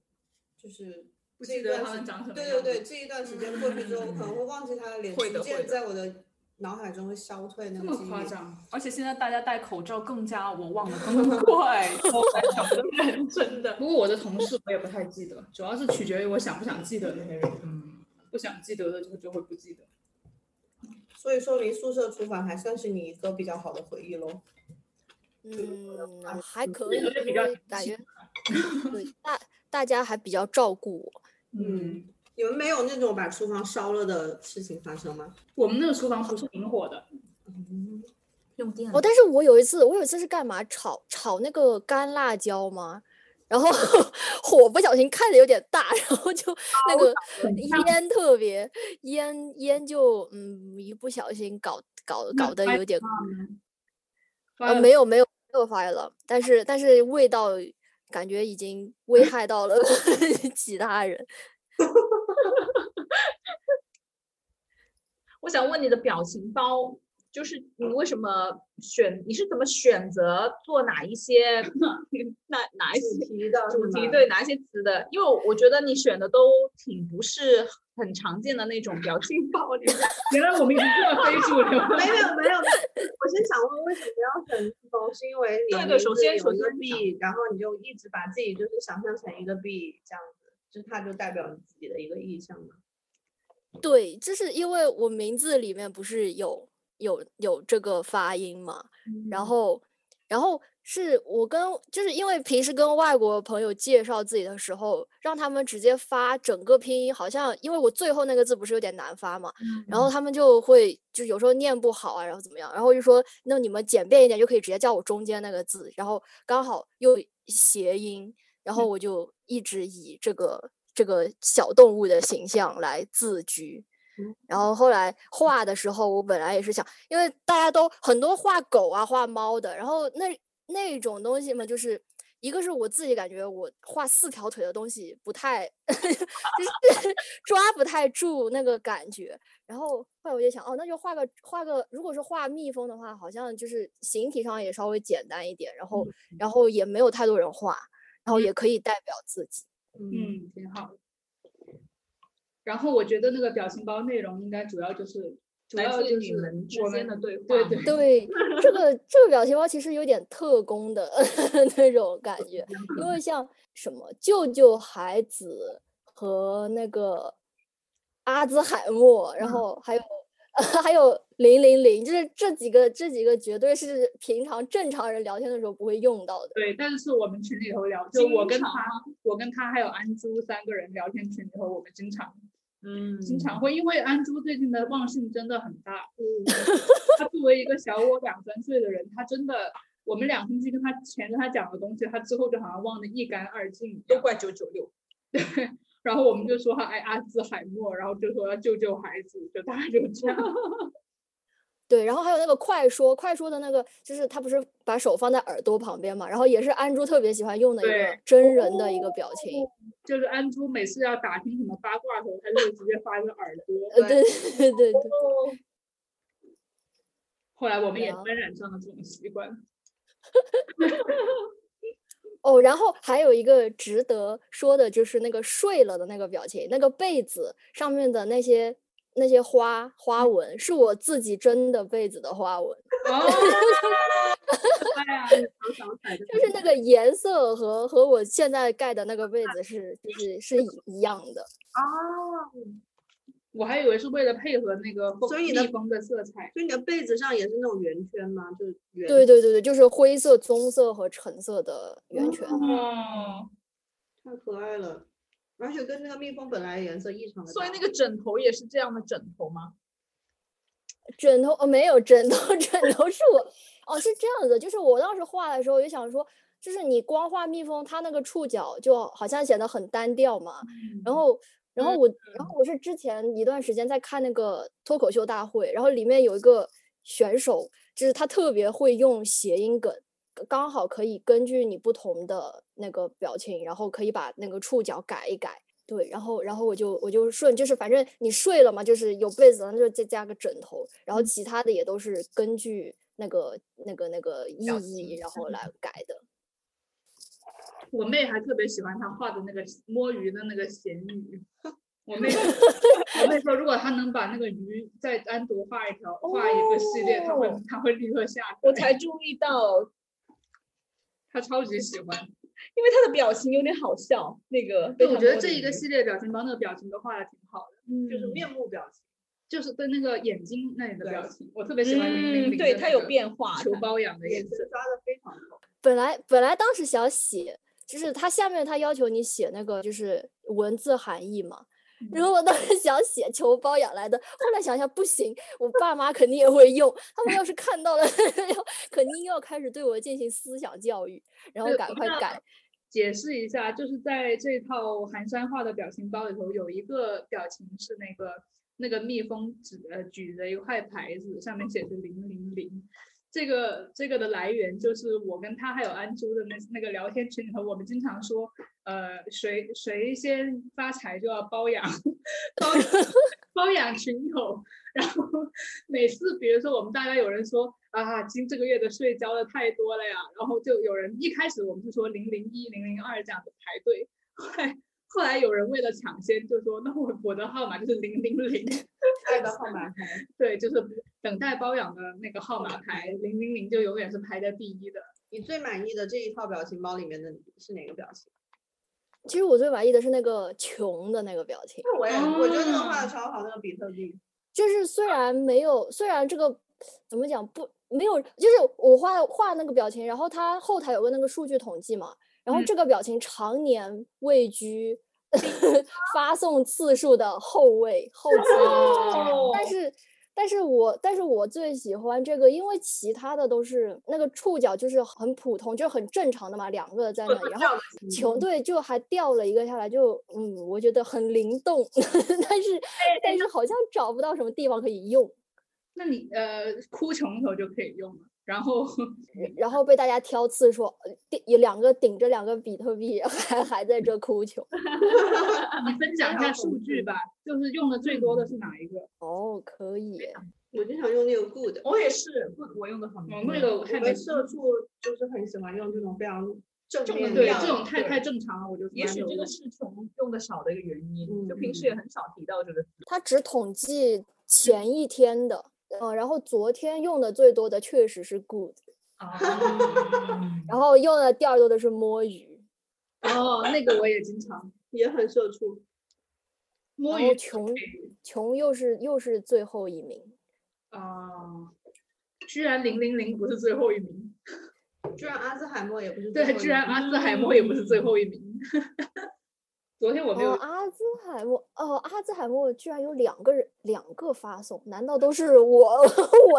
就是不这记一得段他时们长什么对样对对，这一段时间过去之后，我可能会忘记他的脸，会逐的会渐的在我的脑海中会消退那这个么记夸忆。张，而且现在大家戴口罩更加我忘得更快， 想不认真的。不过我的同事我也不太记得，主要是取决于我想不想记得那些人。嗯，不想记得的就就会不记得。所以说明宿舍厨房还算是你一个比较好的回忆喽。嗯，还可这以，个就比因较为人感性觉对 大大家还比较照顾我。嗯，你们没有那种把厨房烧了的事情发生吗？我们那个厨房不是明火的，嗯，用电哦，但是我有一次，我有一次是干嘛炒炒那个干辣椒嘛，然后 火不小心开的有点大，然后啊就那个很烫烟特别烟烟就嗯一不小心搞搞那搞得拍有点发呃了没有没有没有发了，但是但是味道感觉已经危害到了 其他人。我想问你的表情包，就是你为什么选？你是怎么选择做哪一些那 哪一些主题的哎主是题吗对哪一些词的？因为我我觉得你选的都挺不是很常见的那种表情包， 你知道原来我们已经这么非主流了。没有没有，我先想问为什么要选包，是因为你对的对名首字先有首一个先 B，然后你就一直把自己就是想象成一个 B 这样子，就它就代表你自己的一个意向嘛。对，就是因为我名字里面不是有有有这个发音嘛，嗯然后然后是我跟就是因为平时跟外国朋友介绍自己的时候，让他们直接发整个拼音，好像因为我最后那个字不是有点难发嘛，然后他们就会就有时候念不好啊，然后怎么样，然后就说那你们简便一点，就可以直接叫我中间那个字，然后刚好又谐音，然后我就一直以这个这个小动物的形象来自居。然后后来画的时候，我本来也是想，因为大家都很多画狗啊、画猫的，然后那那种东西嘛，就是一个是我自己感觉我画四条腿的东西不太， 就是 抓不太住那个感觉。然后后来我就想，哦，那就画个画个，如果是画蜜蜂的话，好像就是形体上也稍微简单一点，然后然后也没有太多人画，然后也可以代表自己。嗯，嗯，挺好的。然后我觉得那个表情包内容应该主要就是，主来要自就你是们之我间的们对话对吗对对，这个这个表情包其实有点特工的 那种感觉，因为像什么救救孩子和那个阿兹海默，然后还有 还有零零零，就是这几个这几个绝对是平常正常人聊天的时候不会用到的。对，但是是我们群里头聊，就我跟经常他，我跟他还有安珠三个人聊天群里头，我们经常嗯经常会，因为安珠最近的忘性真的很大，嗯 他作为一个小我两三岁的人，他真的，我们两星期跟他前跟他讲的东西，他之后就好像忘得一干二净一都样。怪九九六。然后我们就说他爱阿兹海默，然后就说要救救孩子，就大概就这样。对，然后还有那个快说，快说的那个就是他不是把手放在耳朵旁边嘛，然后也是安珠特别喜欢用的一个对真人的一个表情，就是安珠每次要打听什么八卦的时候，他就会直接发一个耳朵。呃，对 对对对，后来我们也然后沾染上了这种习惯。哦，然后还有一个值得说的就是那个睡了的那个表情，那个被子上面的那些那些花花纹，是我自己真的被子的花 纹，嗯哦，哎呀，你想想彩的就是那个颜色和和我现在盖的那个啊被子是就是是一一样的。我还以为是为了配合那个所以你的蜜蜂的色彩。所以你的被子上也是那种圆圈吗？就是圆。对，对对对，就是灰色、棕色和橙色的圆圈。哦，太可爱了，而且跟那个蜜蜂本来的颜色异常的搭所配。以那个枕头也是这样的枕头吗？枕头哦，没有枕头， 枕头是我哦，是这样子，就是我当时画的时候就想说，就是你光画蜜蜂，它那个触角就好像显得很单调嘛。然后，然后我，然后我是之前一段时间在看那个脱口秀大会，然后里面有一个选手，就是他特别会用谐音梗。刚好可以根据你不同的那个表情，然后可以把那个触角改一改，对，然后然后我就我就顺，就是反正你睡了嘛，就是有被子，那就再加个枕头，然嗯后其他的也都是根据那个那个那个意表义，情然后嗯来改的。我妹还特别喜欢她画的那个摸鱼的那个咸鱼。我妹，我妹说，如果她能把那个鱼在单独画一条，画一个系列，她会哦她会立刻下单。我才注意到，她超级喜欢。因为他的表情有点好笑。那个对，被我他觉得摸这的一个鱼系列表情包那个表情都画的挺好的，就是嗯面目表情，就是对那个眼睛那里的表情，我特别喜欢零零嗯，零。对，它有变化。球包养的眼颜神色。抓的非常好。本来本来当时想写，就是他下面他要求你写那个就是文字含义嘛。嗯然后我当时想写求包养来的，后来想想不行，我爸妈肯定也会用，他们要是看到了， 肯定要开始对我进行思想教育，然后对赶我快那改。解释一下，就是在这套寒山画的表情包里头，有一个表情是那个那个蜜蜂指呃举着一块牌子，上面写着零零零。这个这个的来源就是我跟他还有安珠的那那个聊天群里头，我们经常说，呃，谁谁先发财就要包养包 包养群友，然后每次比如说我们大家有人说啊，今这个月的税交的太多了呀，然后就有人一开始我们就说零零一、零零二这样子排队，后来后来有人为了抢先就说，那我我的号码就是零零零，爱的号码牌，对，就是等待包养的那个号码牌零零零就永远是排在第一的。你最满意的这一套表情包里面的是哪个表情？其实我最满意的是那个穷的那个表情，我也我觉得那个画哦的超好，那个比特币。就是虽然没有，虽然这个怎么讲不没有，就是我画画那个表情，然后它后台有个那个数据统计嘛，然后嗯这个表情常年位居。 发送次数的后位后次位置，但是，但是我但是我最喜欢这个，因为其他的都是那个触角就是很普通，就是很正常的嘛，两个在那里，然后嗯球队就还掉了一个下来，就嗯，我觉得很灵动， 但是但是好像找不到什么地方可以用，那你呃哭穷头就可以用了，然后嗯然后被大家挑刺说，呃顶有两个顶着两个比特币 还还在这哭穷，啊你分享一下数据吧，就是用的最多的是哪一个？哦，可以耶，啊我经常用那个 good，我也是，不我用的很哦多，。那个我我太没们社畜就是很喜欢用这种非常正正面能对量这种的太嗯对太正常了，我就从也来没许有这个用是穷用的少的一个原因，就平时嗯也很少提到这 个字。它只统计前一天的，嗯，然后昨天用的最多的确实是 good。然 后用的第二多的是摸鱼，哦，那个我也经常也很社畜。摸然后鱼穷穷又是又是最后一名，啊，居然零零零不是最后一名，居然阿兹海默也不是最对，后居一然名阿兹海默也不是最后一名。 昨天我没有哦，阿兹海默，哦，阿兹海默居然有两个人两个发送，难道都是我 我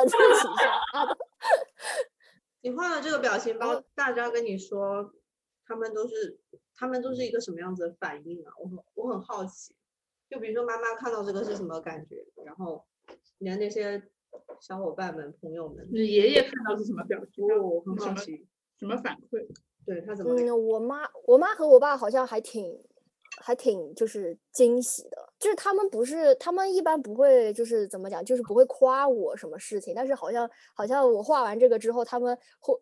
自己发啊的？你画了这个表情包我，大家跟你说，他们都是他们都是一个什么样子的反应啊？我很我很好奇。就比如说妈妈看到这个是什么感觉，然后你的那些小伙伴们、朋友们，你爷爷看到是什么表情？哦，很什好么奇，什么反馈？对他怎么给？嗯，我妈我妈和我爸好像还挺还挺就是惊喜的，就是他们不是他们一般不会就是怎么讲，就是不会夸我什么事情，但是好像好像我画完这个之后，他们会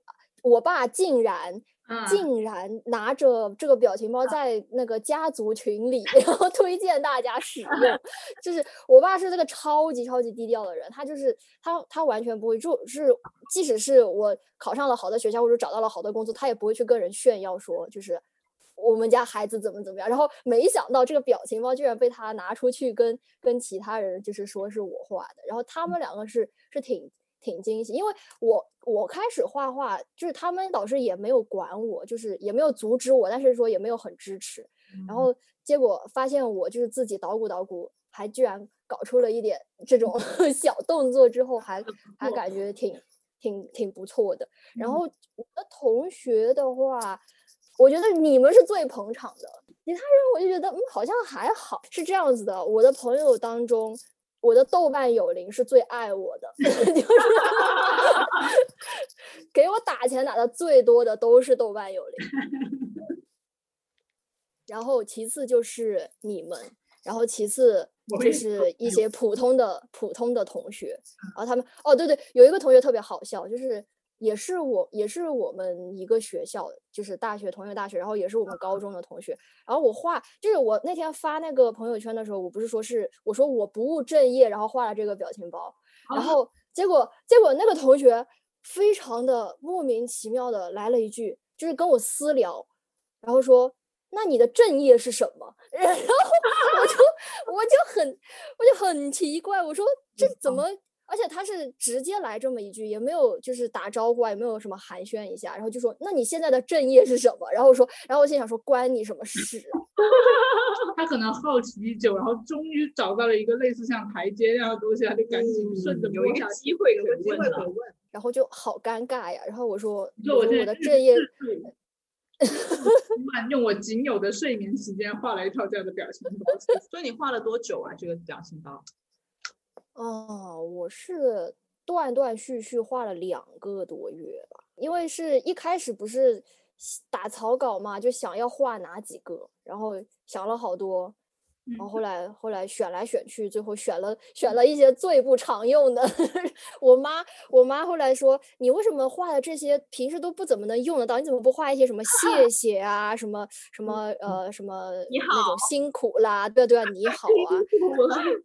我爸竟然啊，竟然拿着这个表情包在那个家族群里， 然后推荐大家使用。就是我爸是那个超级超级低调的人，他就是他他完全不会，就是即使是我考上了好的学校或者找到了好的工作，他也不会去跟人炫耀说就是我们家孩子怎么怎么样。然后没想到这个表情包居然被他拿出去跟跟其他人就是说是我画的，然后他们两个是是挺挺惊喜，因为我我开始画画，就是他们导师也没有管我，就是也没有阻止我，但是说也没有很支持。然后结果发现我就是自己捣鼓捣鼓，还居然搞出了一点这种 小动作之后还，还错感觉挺挺挺不错的。然后我的同学的话，我觉得你们是最捧场的，其他人我就觉得嗯好像还好，是这样子的。我的朋友当中。我的豆瓣友邻是最爱我的， 就是给我打钱打的最多的都是豆瓣友邻，然后其次就是你们，然后其次 我就也是是一些普通的普通的同学，啊然后他们哦对对，有一个同学特别好笑，就是也是我也是我们一个学校的，就是大学同一个大学，然后也是我们高中的同学，然后我画就是我那天发那个朋友圈的时候，我不是说是我说我不务正业，然后画了这个表情包，啊然后结果结果那个同学非常的莫名其妙的来了一句，就是跟我私聊，然后说。那你的正业是什么？ 然后我就我就很我就很奇怪，我说嗯这怎么？而且他是直接来这么一句，也没有就是打招呼啊，也没有什么寒暄一下，然后就说：“那你现在的正业是什么？”然后我说，然后我心想说：“关你什么事啊？”他可能好奇已久，然后终于找到了一个类似像台阶一样的东西，他就赶紧顺着嗯有一摸下个去。机会有可个以机问会啊可以了。问，然后就好尴尬呀。然后我说：“你说我我说现我在的日正业日睡今晚用我仅有的睡眠时间画了一套这样的表情包， 所以你画了多久啊？这个表情包？哦，我是断断续续画了两个多月吧，因为是一开始不是想打草稿嘛，就想要画哪几个，然后想了好多，然后后来后来选来选去，最后选了选了一些最不常用的。 我妈我妈后来说，你为什么画的这些平时都不怎么能用得到？你怎么不画一些什么谢谢啊，什么什么呃什么你那种辛苦啦，对啊对啊，你好啊，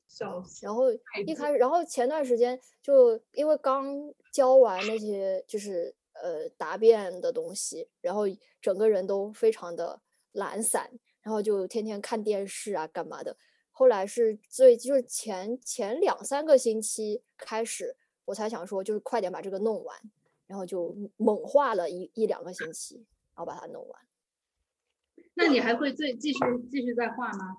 笑死！然后太一多开始，然后前段时间就因为刚教完那些就是呃答辩的东西，然后整个人都非常的懒散，然后就天天看电视啊干嘛的。后来是最就是前前两三个星期开始，我才想说就是快点把这个弄完，然后就猛画了一一两个星期，然后把它弄完。那你还会再继续继续再画吗？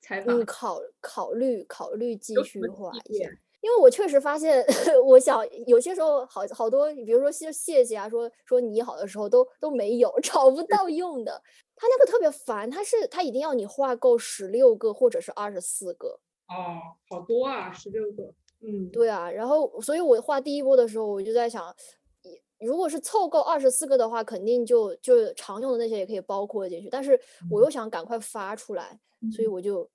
采访嗯，考考虑考虑继有什续么画意一下见，因为我确实发现， 我想有些时候好好多，比如说谢谢谢啊，说说你好的时候都都没有， 找不到用的。他那个特别烦，他是他一定要你画够十六个或者是二十四个，哦，好多啊，十六个。嗯，对啊。然后，所以我画第一波的时候，我就在想，也如果是凑够二十四个的话，肯定就就常用的那些也可以包括进去，但是我又想赶快发出来，所以我就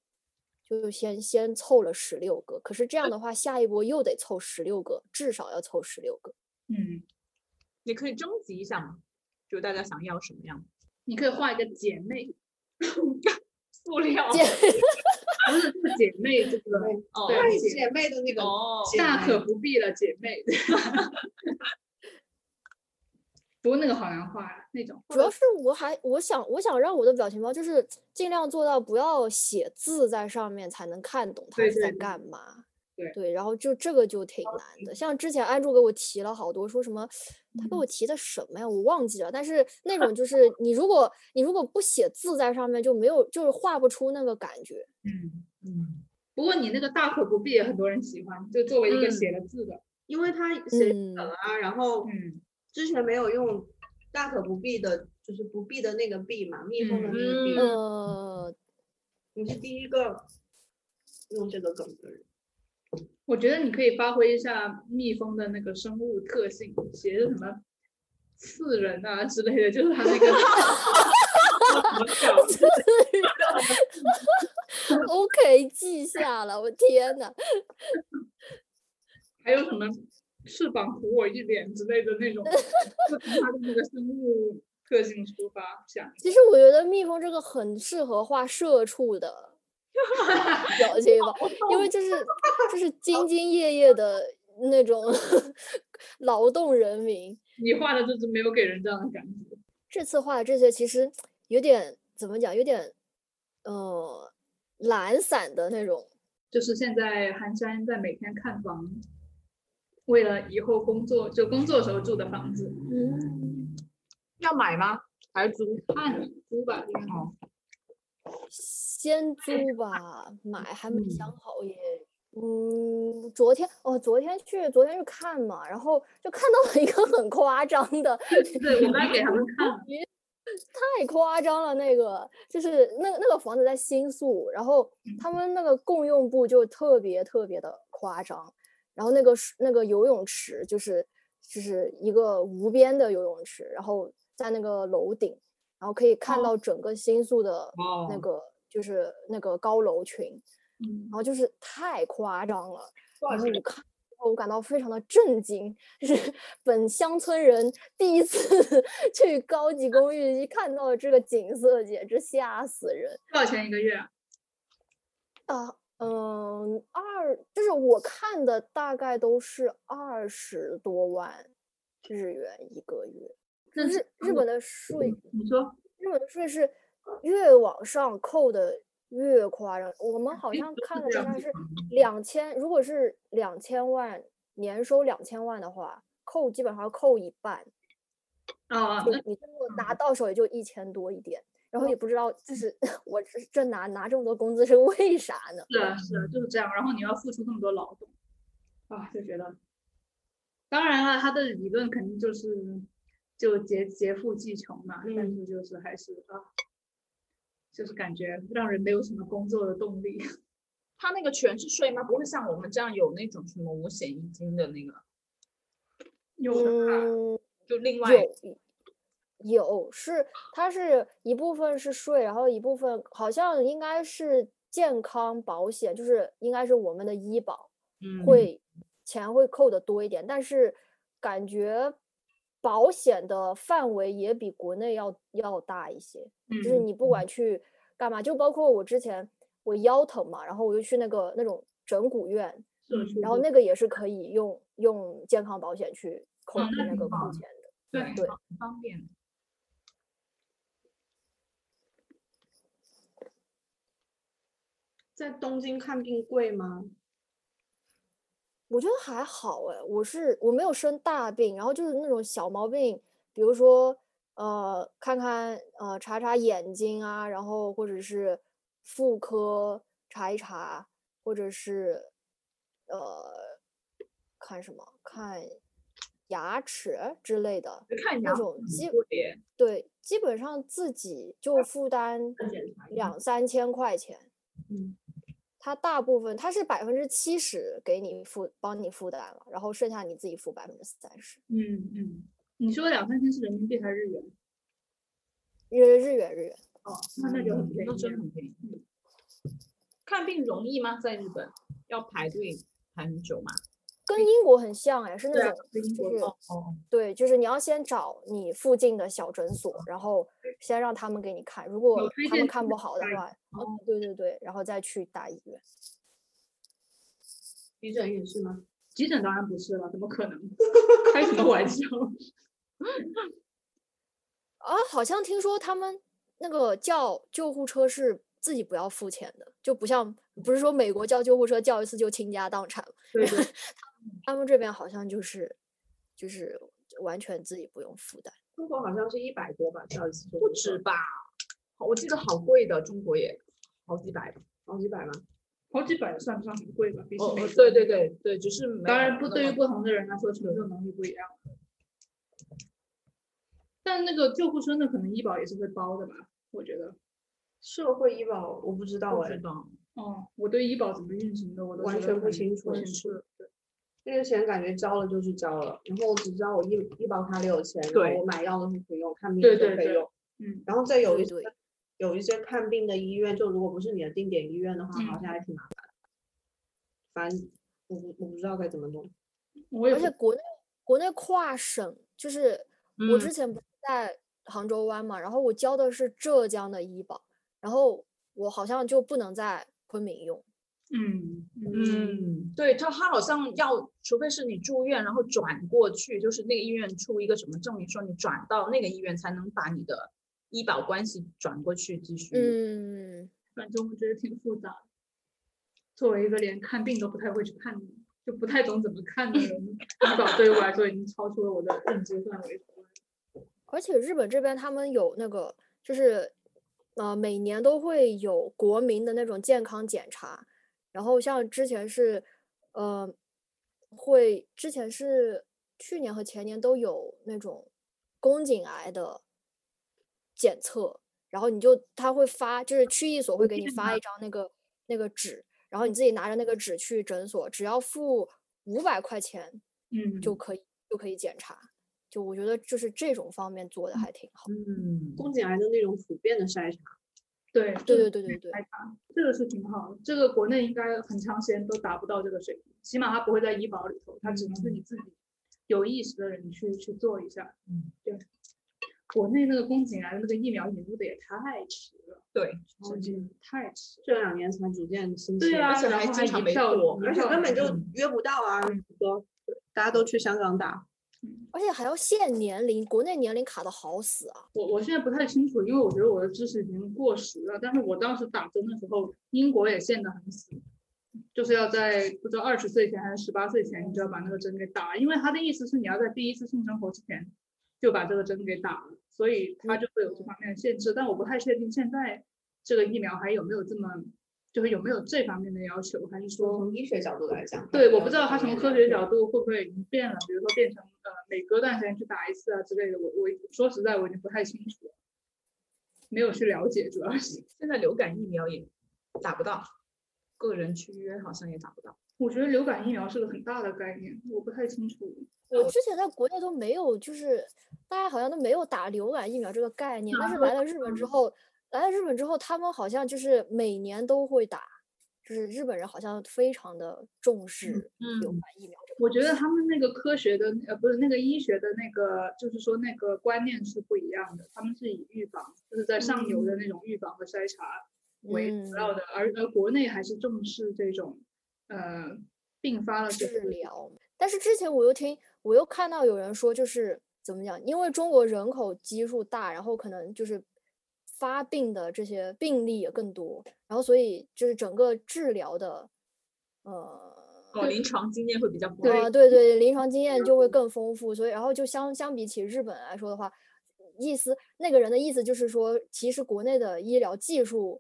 就先先凑了十六个。可是这样的话，下一波又得凑十六个，至少要凑十六个。嗯，你可以征集一下嘛，就大家想要什么样？你可以画一个姐妹， 塑料姐不是是姐妹这个，哦对那姐姐妹的那个哦，姐大妹可不必了，姐妹。不过那个好难画啊，那种主要是我还我想我想让我的表情包就是尽量做到不要写字在上面才能看懂它对是在对对干嘛。对哦嗯然后就这个就挺难的。像之前安卓给我提了好多，说什么他给我提的什么呀，我忘记了。但是 那种就是你如果你如果不写字在上面，就没有就是画不出那个感觉。嗯嗯。不过你那个大可不必，很多人喜欢，就作为一个嗯写了字的，因为他写嗯，啊，然后嗯之前没有用大可不必的，就是不必的那个必嘛，蜜蜂的那个嗯必，呃，你是第一个用这个梗的人。我觉得你可以发挥一下蜜蜂的那个生物特性，写什么刺人啊之类的，就是它那 个怎么搞的 OK，记下了。我天呐，还有什么翅膀糊我一脸之类的那种，就从它的那个生物特性出发想一下。其实我觉得蜜蜂这个很适合画社畜的表情包，因为就是就是兢兢业业的那种 劳动人民。你画的就是没有给人这样的感觉。这次画的这些其实有点怎么讲，有点呃懒散的那种。就是现在韩山在每天看房，为了以后工作就工作时候住的房子，要买吗？还是租？看租吧，应该哦先租吧，买还没想好也。嗯，昨天哦，昨天去昨天去看嘛，然后就看到了一个很夸张的，对，我刚给他们看了，太夸张了，那个就是那个那个房子在新宿，然后他们那个共用部就特别特别的夸张，然后那个水那个游泳池就是就是一个无边的游泳池，然后在那个楼顶，然后可以看到整个新宿的那个、就是那个高楼群，嗯然，后就是太夸张了，然后我看。我感到非常的震惊，就是本乡村人第一次 去高级公寓一看到这个景色，简直吓死人。多少钱一个月啊？啊，嗯，二就是我看的大概都是二十多万日元一个月。那嗯日日本的税，你说日本的税是越往上扣的越夸张。我们好哎像都是看了这一下样子是两千，如果是两千万年收两千万的话，扣基本上扣一半，啊，就那你最后拿到手也就一千多一点。然后也不知道，就是 我这这拿拿这么多工资是为啥呢？是啊是啊，就是这样。然后你要付出那么多劳动，啊，就觉得，当然了，他的理论肯定就是就劫劫富济穷嘛，但嗯是就是还是啊，就是感觉让人没有什么工作的动力。 他那个全是税吗？不会像我们这样有那种什么五险一金的那个，有啊，嗯，就另外有有是，它是一部分是税，然后一部分好像应该是健康保险，就是应该是我们的医保嗯会钱会扣的多一点，但是感觉保险的范围也比国内要要大一些。就是嗯，你不管去干嘛，就包括我之前我腰疼嘛，然后我就去那个那种整骨院，社畜然后就那个也是可以用用健康保险去扣哦除那那挺个棒扣的钱的。对对很方便。在东京看病贵吗？我觉得还好哎，我是我没有生大病，然后就是那种小毛病，比如说呃，看看呃查查眼睛啊，然后或者是妇科查一查，或者是呃看什么看牙齿之类的看那牙种基贵耶，对，基本上自己就负担检查一下两三千块钱。嗯，它大部分它是百分之七十给你负帮你负担了，然后剩下你自己付百分之三十。嗯嗯，你说两三千是人民币还是日元？日日元日元，哦，那那就很便嗯宜那真的了。很便宜。看病容易吗？在日本要排队排很久吗？跟英国很像哎，是那对啊种跟英就国是哦，对，就是你要先找你附近的小诊所，然后先让他们给你看，如果推他荐们去看不好的大医话，哦，对对对，然后再去大医院。急诊也是吗？急诊当然不是了，怎么可能？开什么玩笑？啊，好像听说他们那个叫救护车是自己不要付钱的，就不像不是说美国叫救护车叫一次就倾家荡产， 对对，他们这边好像就是就是完全自己不用负担。中国好像是一百多吧，叫一次不止吧？好我记得好贵的，中国也好几百吧。好几百吧。好几百算不上很贵吧？比起哦，美哦国对对对对，只是没当有然不，那对于么不同的人来说，承受能力不一样。但那个救护车呢，可能医保也是会包的吧？我觉得社会医保我不知道不哎、知道哦，我对医保怎么运行的我都完觉得全不很清楚不清楚。对那个钱感觉交了就是交了，然后只知道我医医保卡里有钱，然对后我买药都是可以用，看病对都对可以对用。嗯，然后再有对一些对有一些看病的医院，就如果不是你的定点医院的话，嗯好像还挺麻烦的。反正我不我不知道该怎么弄。我也而且不国内国内跨省，就是我之嗯前不是在杭州湾嘛，然后我交的是浙江的医保，然后我好像就不能在昆明用。嗯嗯嗯，对他，他好像要，除非是你住院，然后转过去，就是那个医院出一个什么证明，说你转到那个医院才能把你的医保关系转过去继续。嗯，反正我觉得挺复杂的。作为一个连看病都不太会去看的，就不太懂怎么看的人，医保对于我来说已经超出了我的认知范围。而且日本这边他们有那个，就是呃每年都会有国民的那种健康检查，然后像之前是呃会之前是去年和前年都有那种宫颈癌的检测，然后你就他会发，就是区役所会给你发一张那个那个纸，然后你自己拿着那个纸去诊所，只要付五百块钱嗯，就可以就可以检查。就我觉得就是这种方面做的还挺好。嗯，宫颈癌的那种普遍的筛查，对对就对对对对，来打，这个是挺好的。这个国内应该很长时间都达不到这个水平，起码它不会在医保里头，它只能是你自己有意识的人去去做一下。嗯，对。国内那个宫颈癌的那个疫苗引入的也太迟了，对，真的太迟了。这两年才逐渐兴起。对啊，而且然还后经还常一没票过一而且票根难本就嗯约不到啊，说大家都去香港打，而且还要限年龄，国内年龄卡的好死啊！我我现在不太清楚，因为我觉得我的知识已经过时了。但是我当时打针的时候，英国也限得很死，就是要在不知道二十岁前还是十八岁前，你就要把那个针给打了，因为他的意思是你要在第一次性生活之前就把这个针给打了，所以他就会有这方面的限制。但我不太确定现在这个疫苗还有没有这么，就是有没有这方面的要求，还是说从医学角度来讲，对，我不知道它从科学角度会不会已经变了，比如说变成呃每隔段时间去打一次啊之类的。我我说实在我已经不太清楚了，没有去了解，主要是现在流感疫苗也打不到，个人去约好像也打不到。我觉得流感疫苗是个很大的概念，我不太清楚。我之前在国内都没有，就是大家好像都没有打流感疫苗这个概念，但是来了日本之后，来了日本之后，他们好像就是每年都会打，就是日本人好像非常的重视流嗯感疫苗这个。我觉得他们那个科学的呃不是那个医学的那个，就是说那个观念是不一样的，他们是以预防，就是在上游的那种预防和筛查为主要的，嗯而而国内还是重视这种呃并发了就治是疗。但是之前我又听，我又看到有人说，就是怎么讲，因为中国人口基数大，然后可能就是发病的这些病例也更多，然后所以就是整个治疗的，呃。哦，临床经验会比较不啊，对嗯对，临床经验就会更丰富，所以然后就相相比起日本来说的话，意思那个人的意思就是说，其实国内的医疗技术，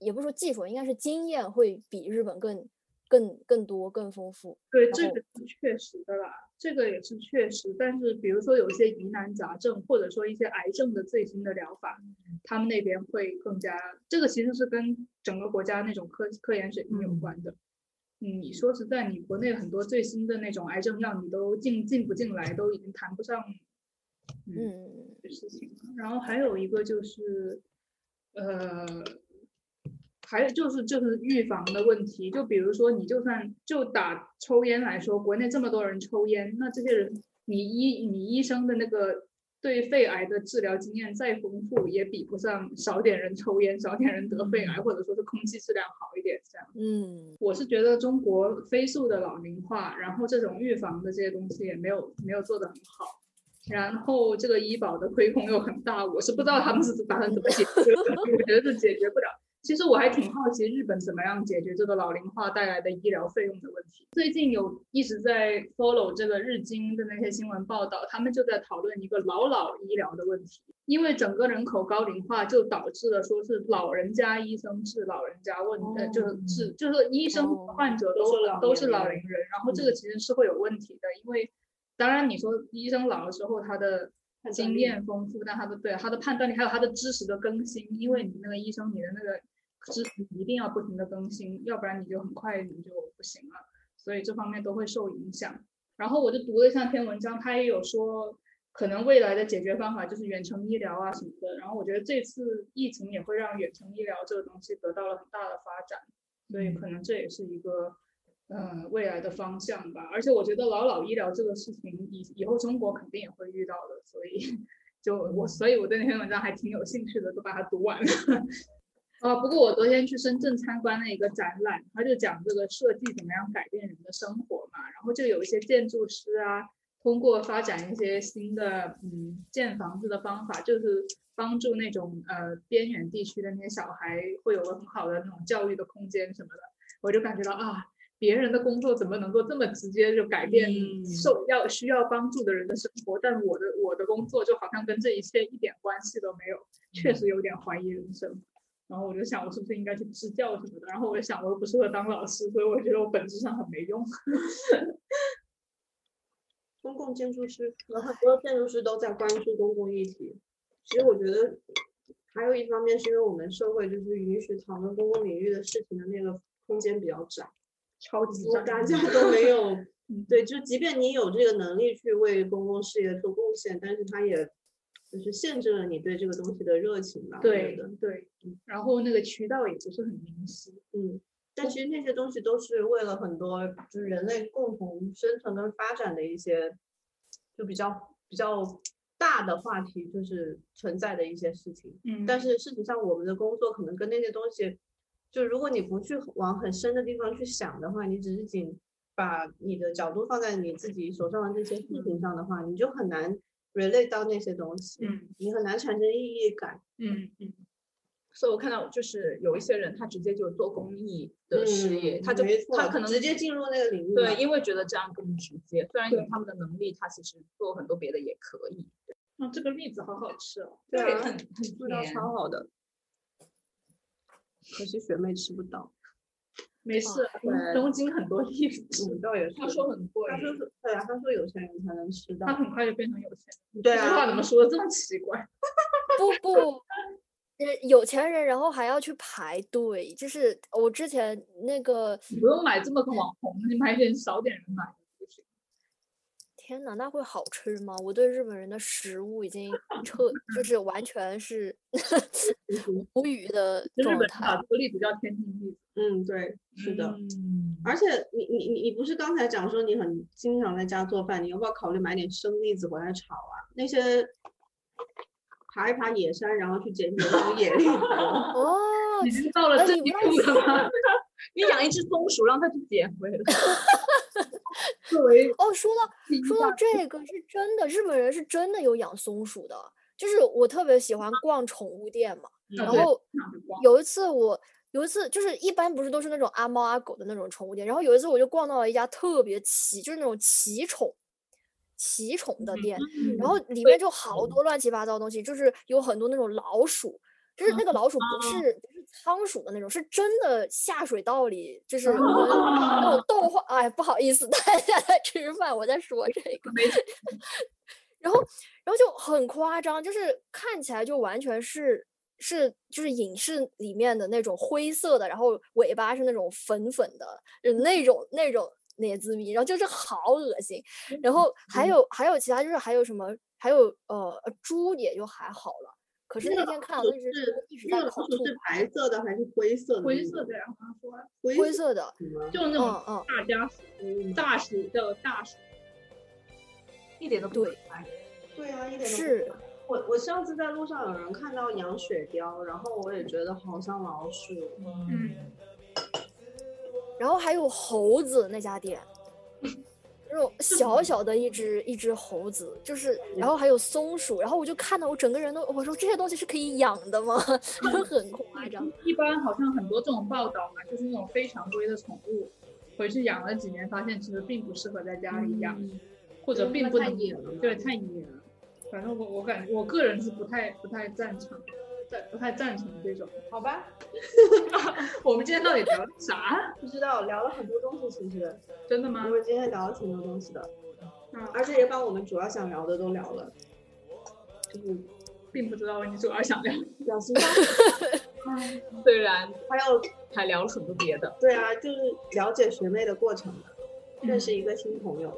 也不是说技术，应该是经验会比日本更更更多、更丰富。对，然这后个是确实的啦，这个也是确实。但是，比如说有一些疑难杂症，或者说一些癌症的最新的疗法，嗯他们那边会更加，这个其实是跟整个国家那种科科研水平有关的。嗯，你说实在，你国内很多最新的那种癌症药，你都进进不进来，都已经谈不上嗯，的事情了。然后还有一个就是，呃，还有就是就是预防的问题。就比如说，你就算就打抽烟来说，国内这么多人抽烟，那这些人，你医你医生的那个对肺癌的治疗经验再丰富，也比不上少点人抽烟，少点人得肺癌，或者说是空气质量好一点这样。嗯，我是觉得中国飞速的老龄化，然后这种预防的这些东西也没有没有做得很好，然后这个医保的亏空又很大，我是不知道他们是打算怎么解决的， 我觉得是解决不了。其实我还挺好奇日本怎么样解决这个老龄化带来的医疗费用的问题。最近有一直在 follow 这个日经的那些新闻报道，他们就在讨论一个老老医疗的问题，因为整个人口高龄化就导致了说是老人家医生治老人家问，呃，就是治就是医生哦和患者都哦都是老都是年老人嗯龄人，然后这个其实是会有问题的，因为当然你说医生老了之后他的判断经力验丰富，但他的对他的判断力还有他的知识的更新，因为你那个医生你的那个知识一定要不停的更新，要不然你就很快你就不行了，所以这方面都会受影响。然后我就读了一下篇文章，他也有说，可能未来的解决方法就是远程医疗啊什么的。然后我觉得这次疫情也会让远程医疗这个东西得到了很大的发展，所嗯以可能这也是一个。嗯，未来的方向吧，而且我觉得老老医疗这个事情以以后中国肯定也会遇到的，所以就我，所以我对那篇文章还挺有兴趣的，都把它读完了。啊，不过我昨天去深圳参观了一个展览，他就讲这个设计怎么样改变人的生活嘛，然后就有一些建筑师啊，通过发展一些新的嗯建房子的方法，就是帮助那种呃边远地区的那些小孩会有个很好的那种教育的空间什么的，我就感觉到啊。别人的工作怎么能够这么直接就改变嗯受要需要帮助的人的生活？但我的我的工作就好像跟这一切一点关系都没有，确嗯实有点怀疑人生。然后我就想，我是不是应该去支教什么的？然后我就想，我又不适合当老师，所以我觉得我本质上很没用。 公共建筑师，然后很多建筑师都在关注公共议题。其实我觉得，还有一方面是因为我们社会就是允许讨论公共领域的事情的那个空间比较窄。超级就占大用家都没有，嗯对，就即便你有这个能力去为公共事业做贡献，但是它也就是限制了你对这个东西的热情吧。我觉对得对，然后那个渠道也不是很明晰。嗯，但其实那些东西都是为了很多就是人类共同生存跟发展的一些，就比较比较大的话题，就是存在的一些事情。嗯但是事实上，我们的工作可能跟那些东西，就如果你不去往很深的地方去想的话，你只是仅把你的角度放在你自己手上的那些事情上的话，你就很难 relate 到那些东西，嗯你很难产生意义感。嗯嗯，所以我看到就是有一些人他直接就做公益的事业，嗯他就没他错可能直接进入那个领域对，嘛因为觉得这样更直接。虽然有对他们的能力，他其实做很多别的也可以。那、嗯这个栗子好好吃哦。对啊很很味道甜超好的，可惜学妹吃不到。没事，对东京很多栗子，嗯，倒也是。他说很贵他，说是，对啊，他说有钱人才能吃到他。很快就变成有钱。对这句话啊，怎么说的这么奇怪？不 不，呃，有钱人然后还要去排队，就是我之前那个你不用买这么个网红，你买点少点人买就行。天呐，那会好吃吗？我对日本人的食物已经彻，就是完全是 无语的就日状本人把态。这个栗子叫天津栗子，嗯，对，是的。嗯，而且你你你你不是刚才讲说你很经常在家做饭，你要不要考虑买点生栗子回来炒啊？那些爬一爬野山，然后去捡捡那种野栗子，啊哦，已经到了哎这你一不要步了吗？你养一只松鼠，让它去捡回来。作为哦，说到第一说大到这个是真的，日本人是真的有养松鼠的。就是我特别喜欢逛宠物店嘛，啊然 对后市场的光有一次我有一次就是一般不是都是那种阿猫阿狗的那种宠物店，然后有一次我就逛到了一家特别奇，就是那种奇宠。奇宠的店，然后里面就好多乱七八糟的东西，就是有很多那种老鼠，就是那个老鼠不是不是仓鼠的那种，是真的下水道里，就是我 们那 种动画。哎，不好意思， 大家在吃饭，我在说这个。没错 然后然后就很夸张，就是看起来就完全是是就是影视里面的那种灰色的，然后尾巴是那种粉粉的，就那种那种奶子米，然后就是好恶心。嗯然后还有还有其他就是还有什么，还有呃猪也就还好了。可是那那个天看到鼠那只是猪一直那在个老口鼠吐是白色的还是灰色的那种？灰色的呀，我刚说啊灰灰色色的，的吗？就那嗯种嗯，大家鼠，大鼠叫大鼠，一点都不对可爱。对啊，一点都不嗯是我我上次在路上有人看到养雪貂，然后我也觉得好像老鼠。嗯，然后还有猴子那家 店，那种小小的一只一只猴子，就是然后还有松鼠，然后我就看到我整个人都我说这些东西是可以养的吗？ 就很夸张。一般好像很多这种报道嘛，就是那种非常规的宠物，回去养了几年，发现其实并不适合在家里嗯养，嗯或者并不太能野了嘛对，太野了。反正我我感觉我个人是不太不太赞成，赞不太赞成这种。好吧， 我们今天到底聊的啥？不知道聊了很多东西，其实真的我吗？们今天聊了挺多东西的，啊，而且也把我们主要想聊的都聊了，就是并不知道你主要想聊。表情包。虽然 还有还聊了很多别的，对啊，就是了解学妹的过程嘛，认识一个新朋友。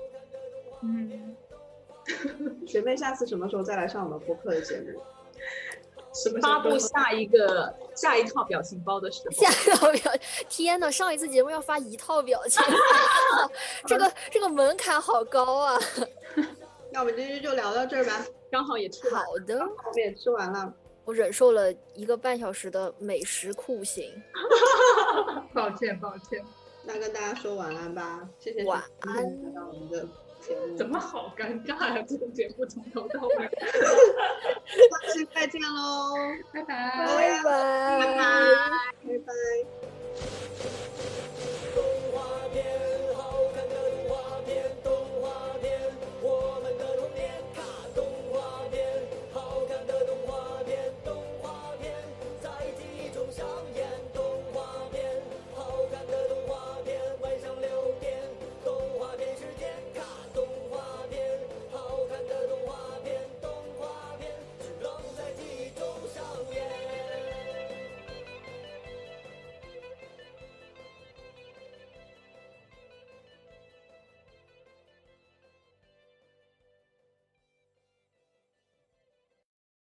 嗯，学妹，下次什么时候再来上我们播客的节目？什么发布下一个下一套表情包的时候，下一套 表，天呐，上一次节目要发一套表情，这 个这个门槛好高啊！那我们今天就聊到这儿吧，刚好也吃完，好的，我们也吃完了，我忍受了一个半小时的美食酷刑，抱歉抱歉，那跟大家说晚安吧，谢谢晚今天来到我们的节目，怎么好尴尬呀、啊这个节目从头到尾，下期再见喽，拜拜。哎拜拜。拜拜。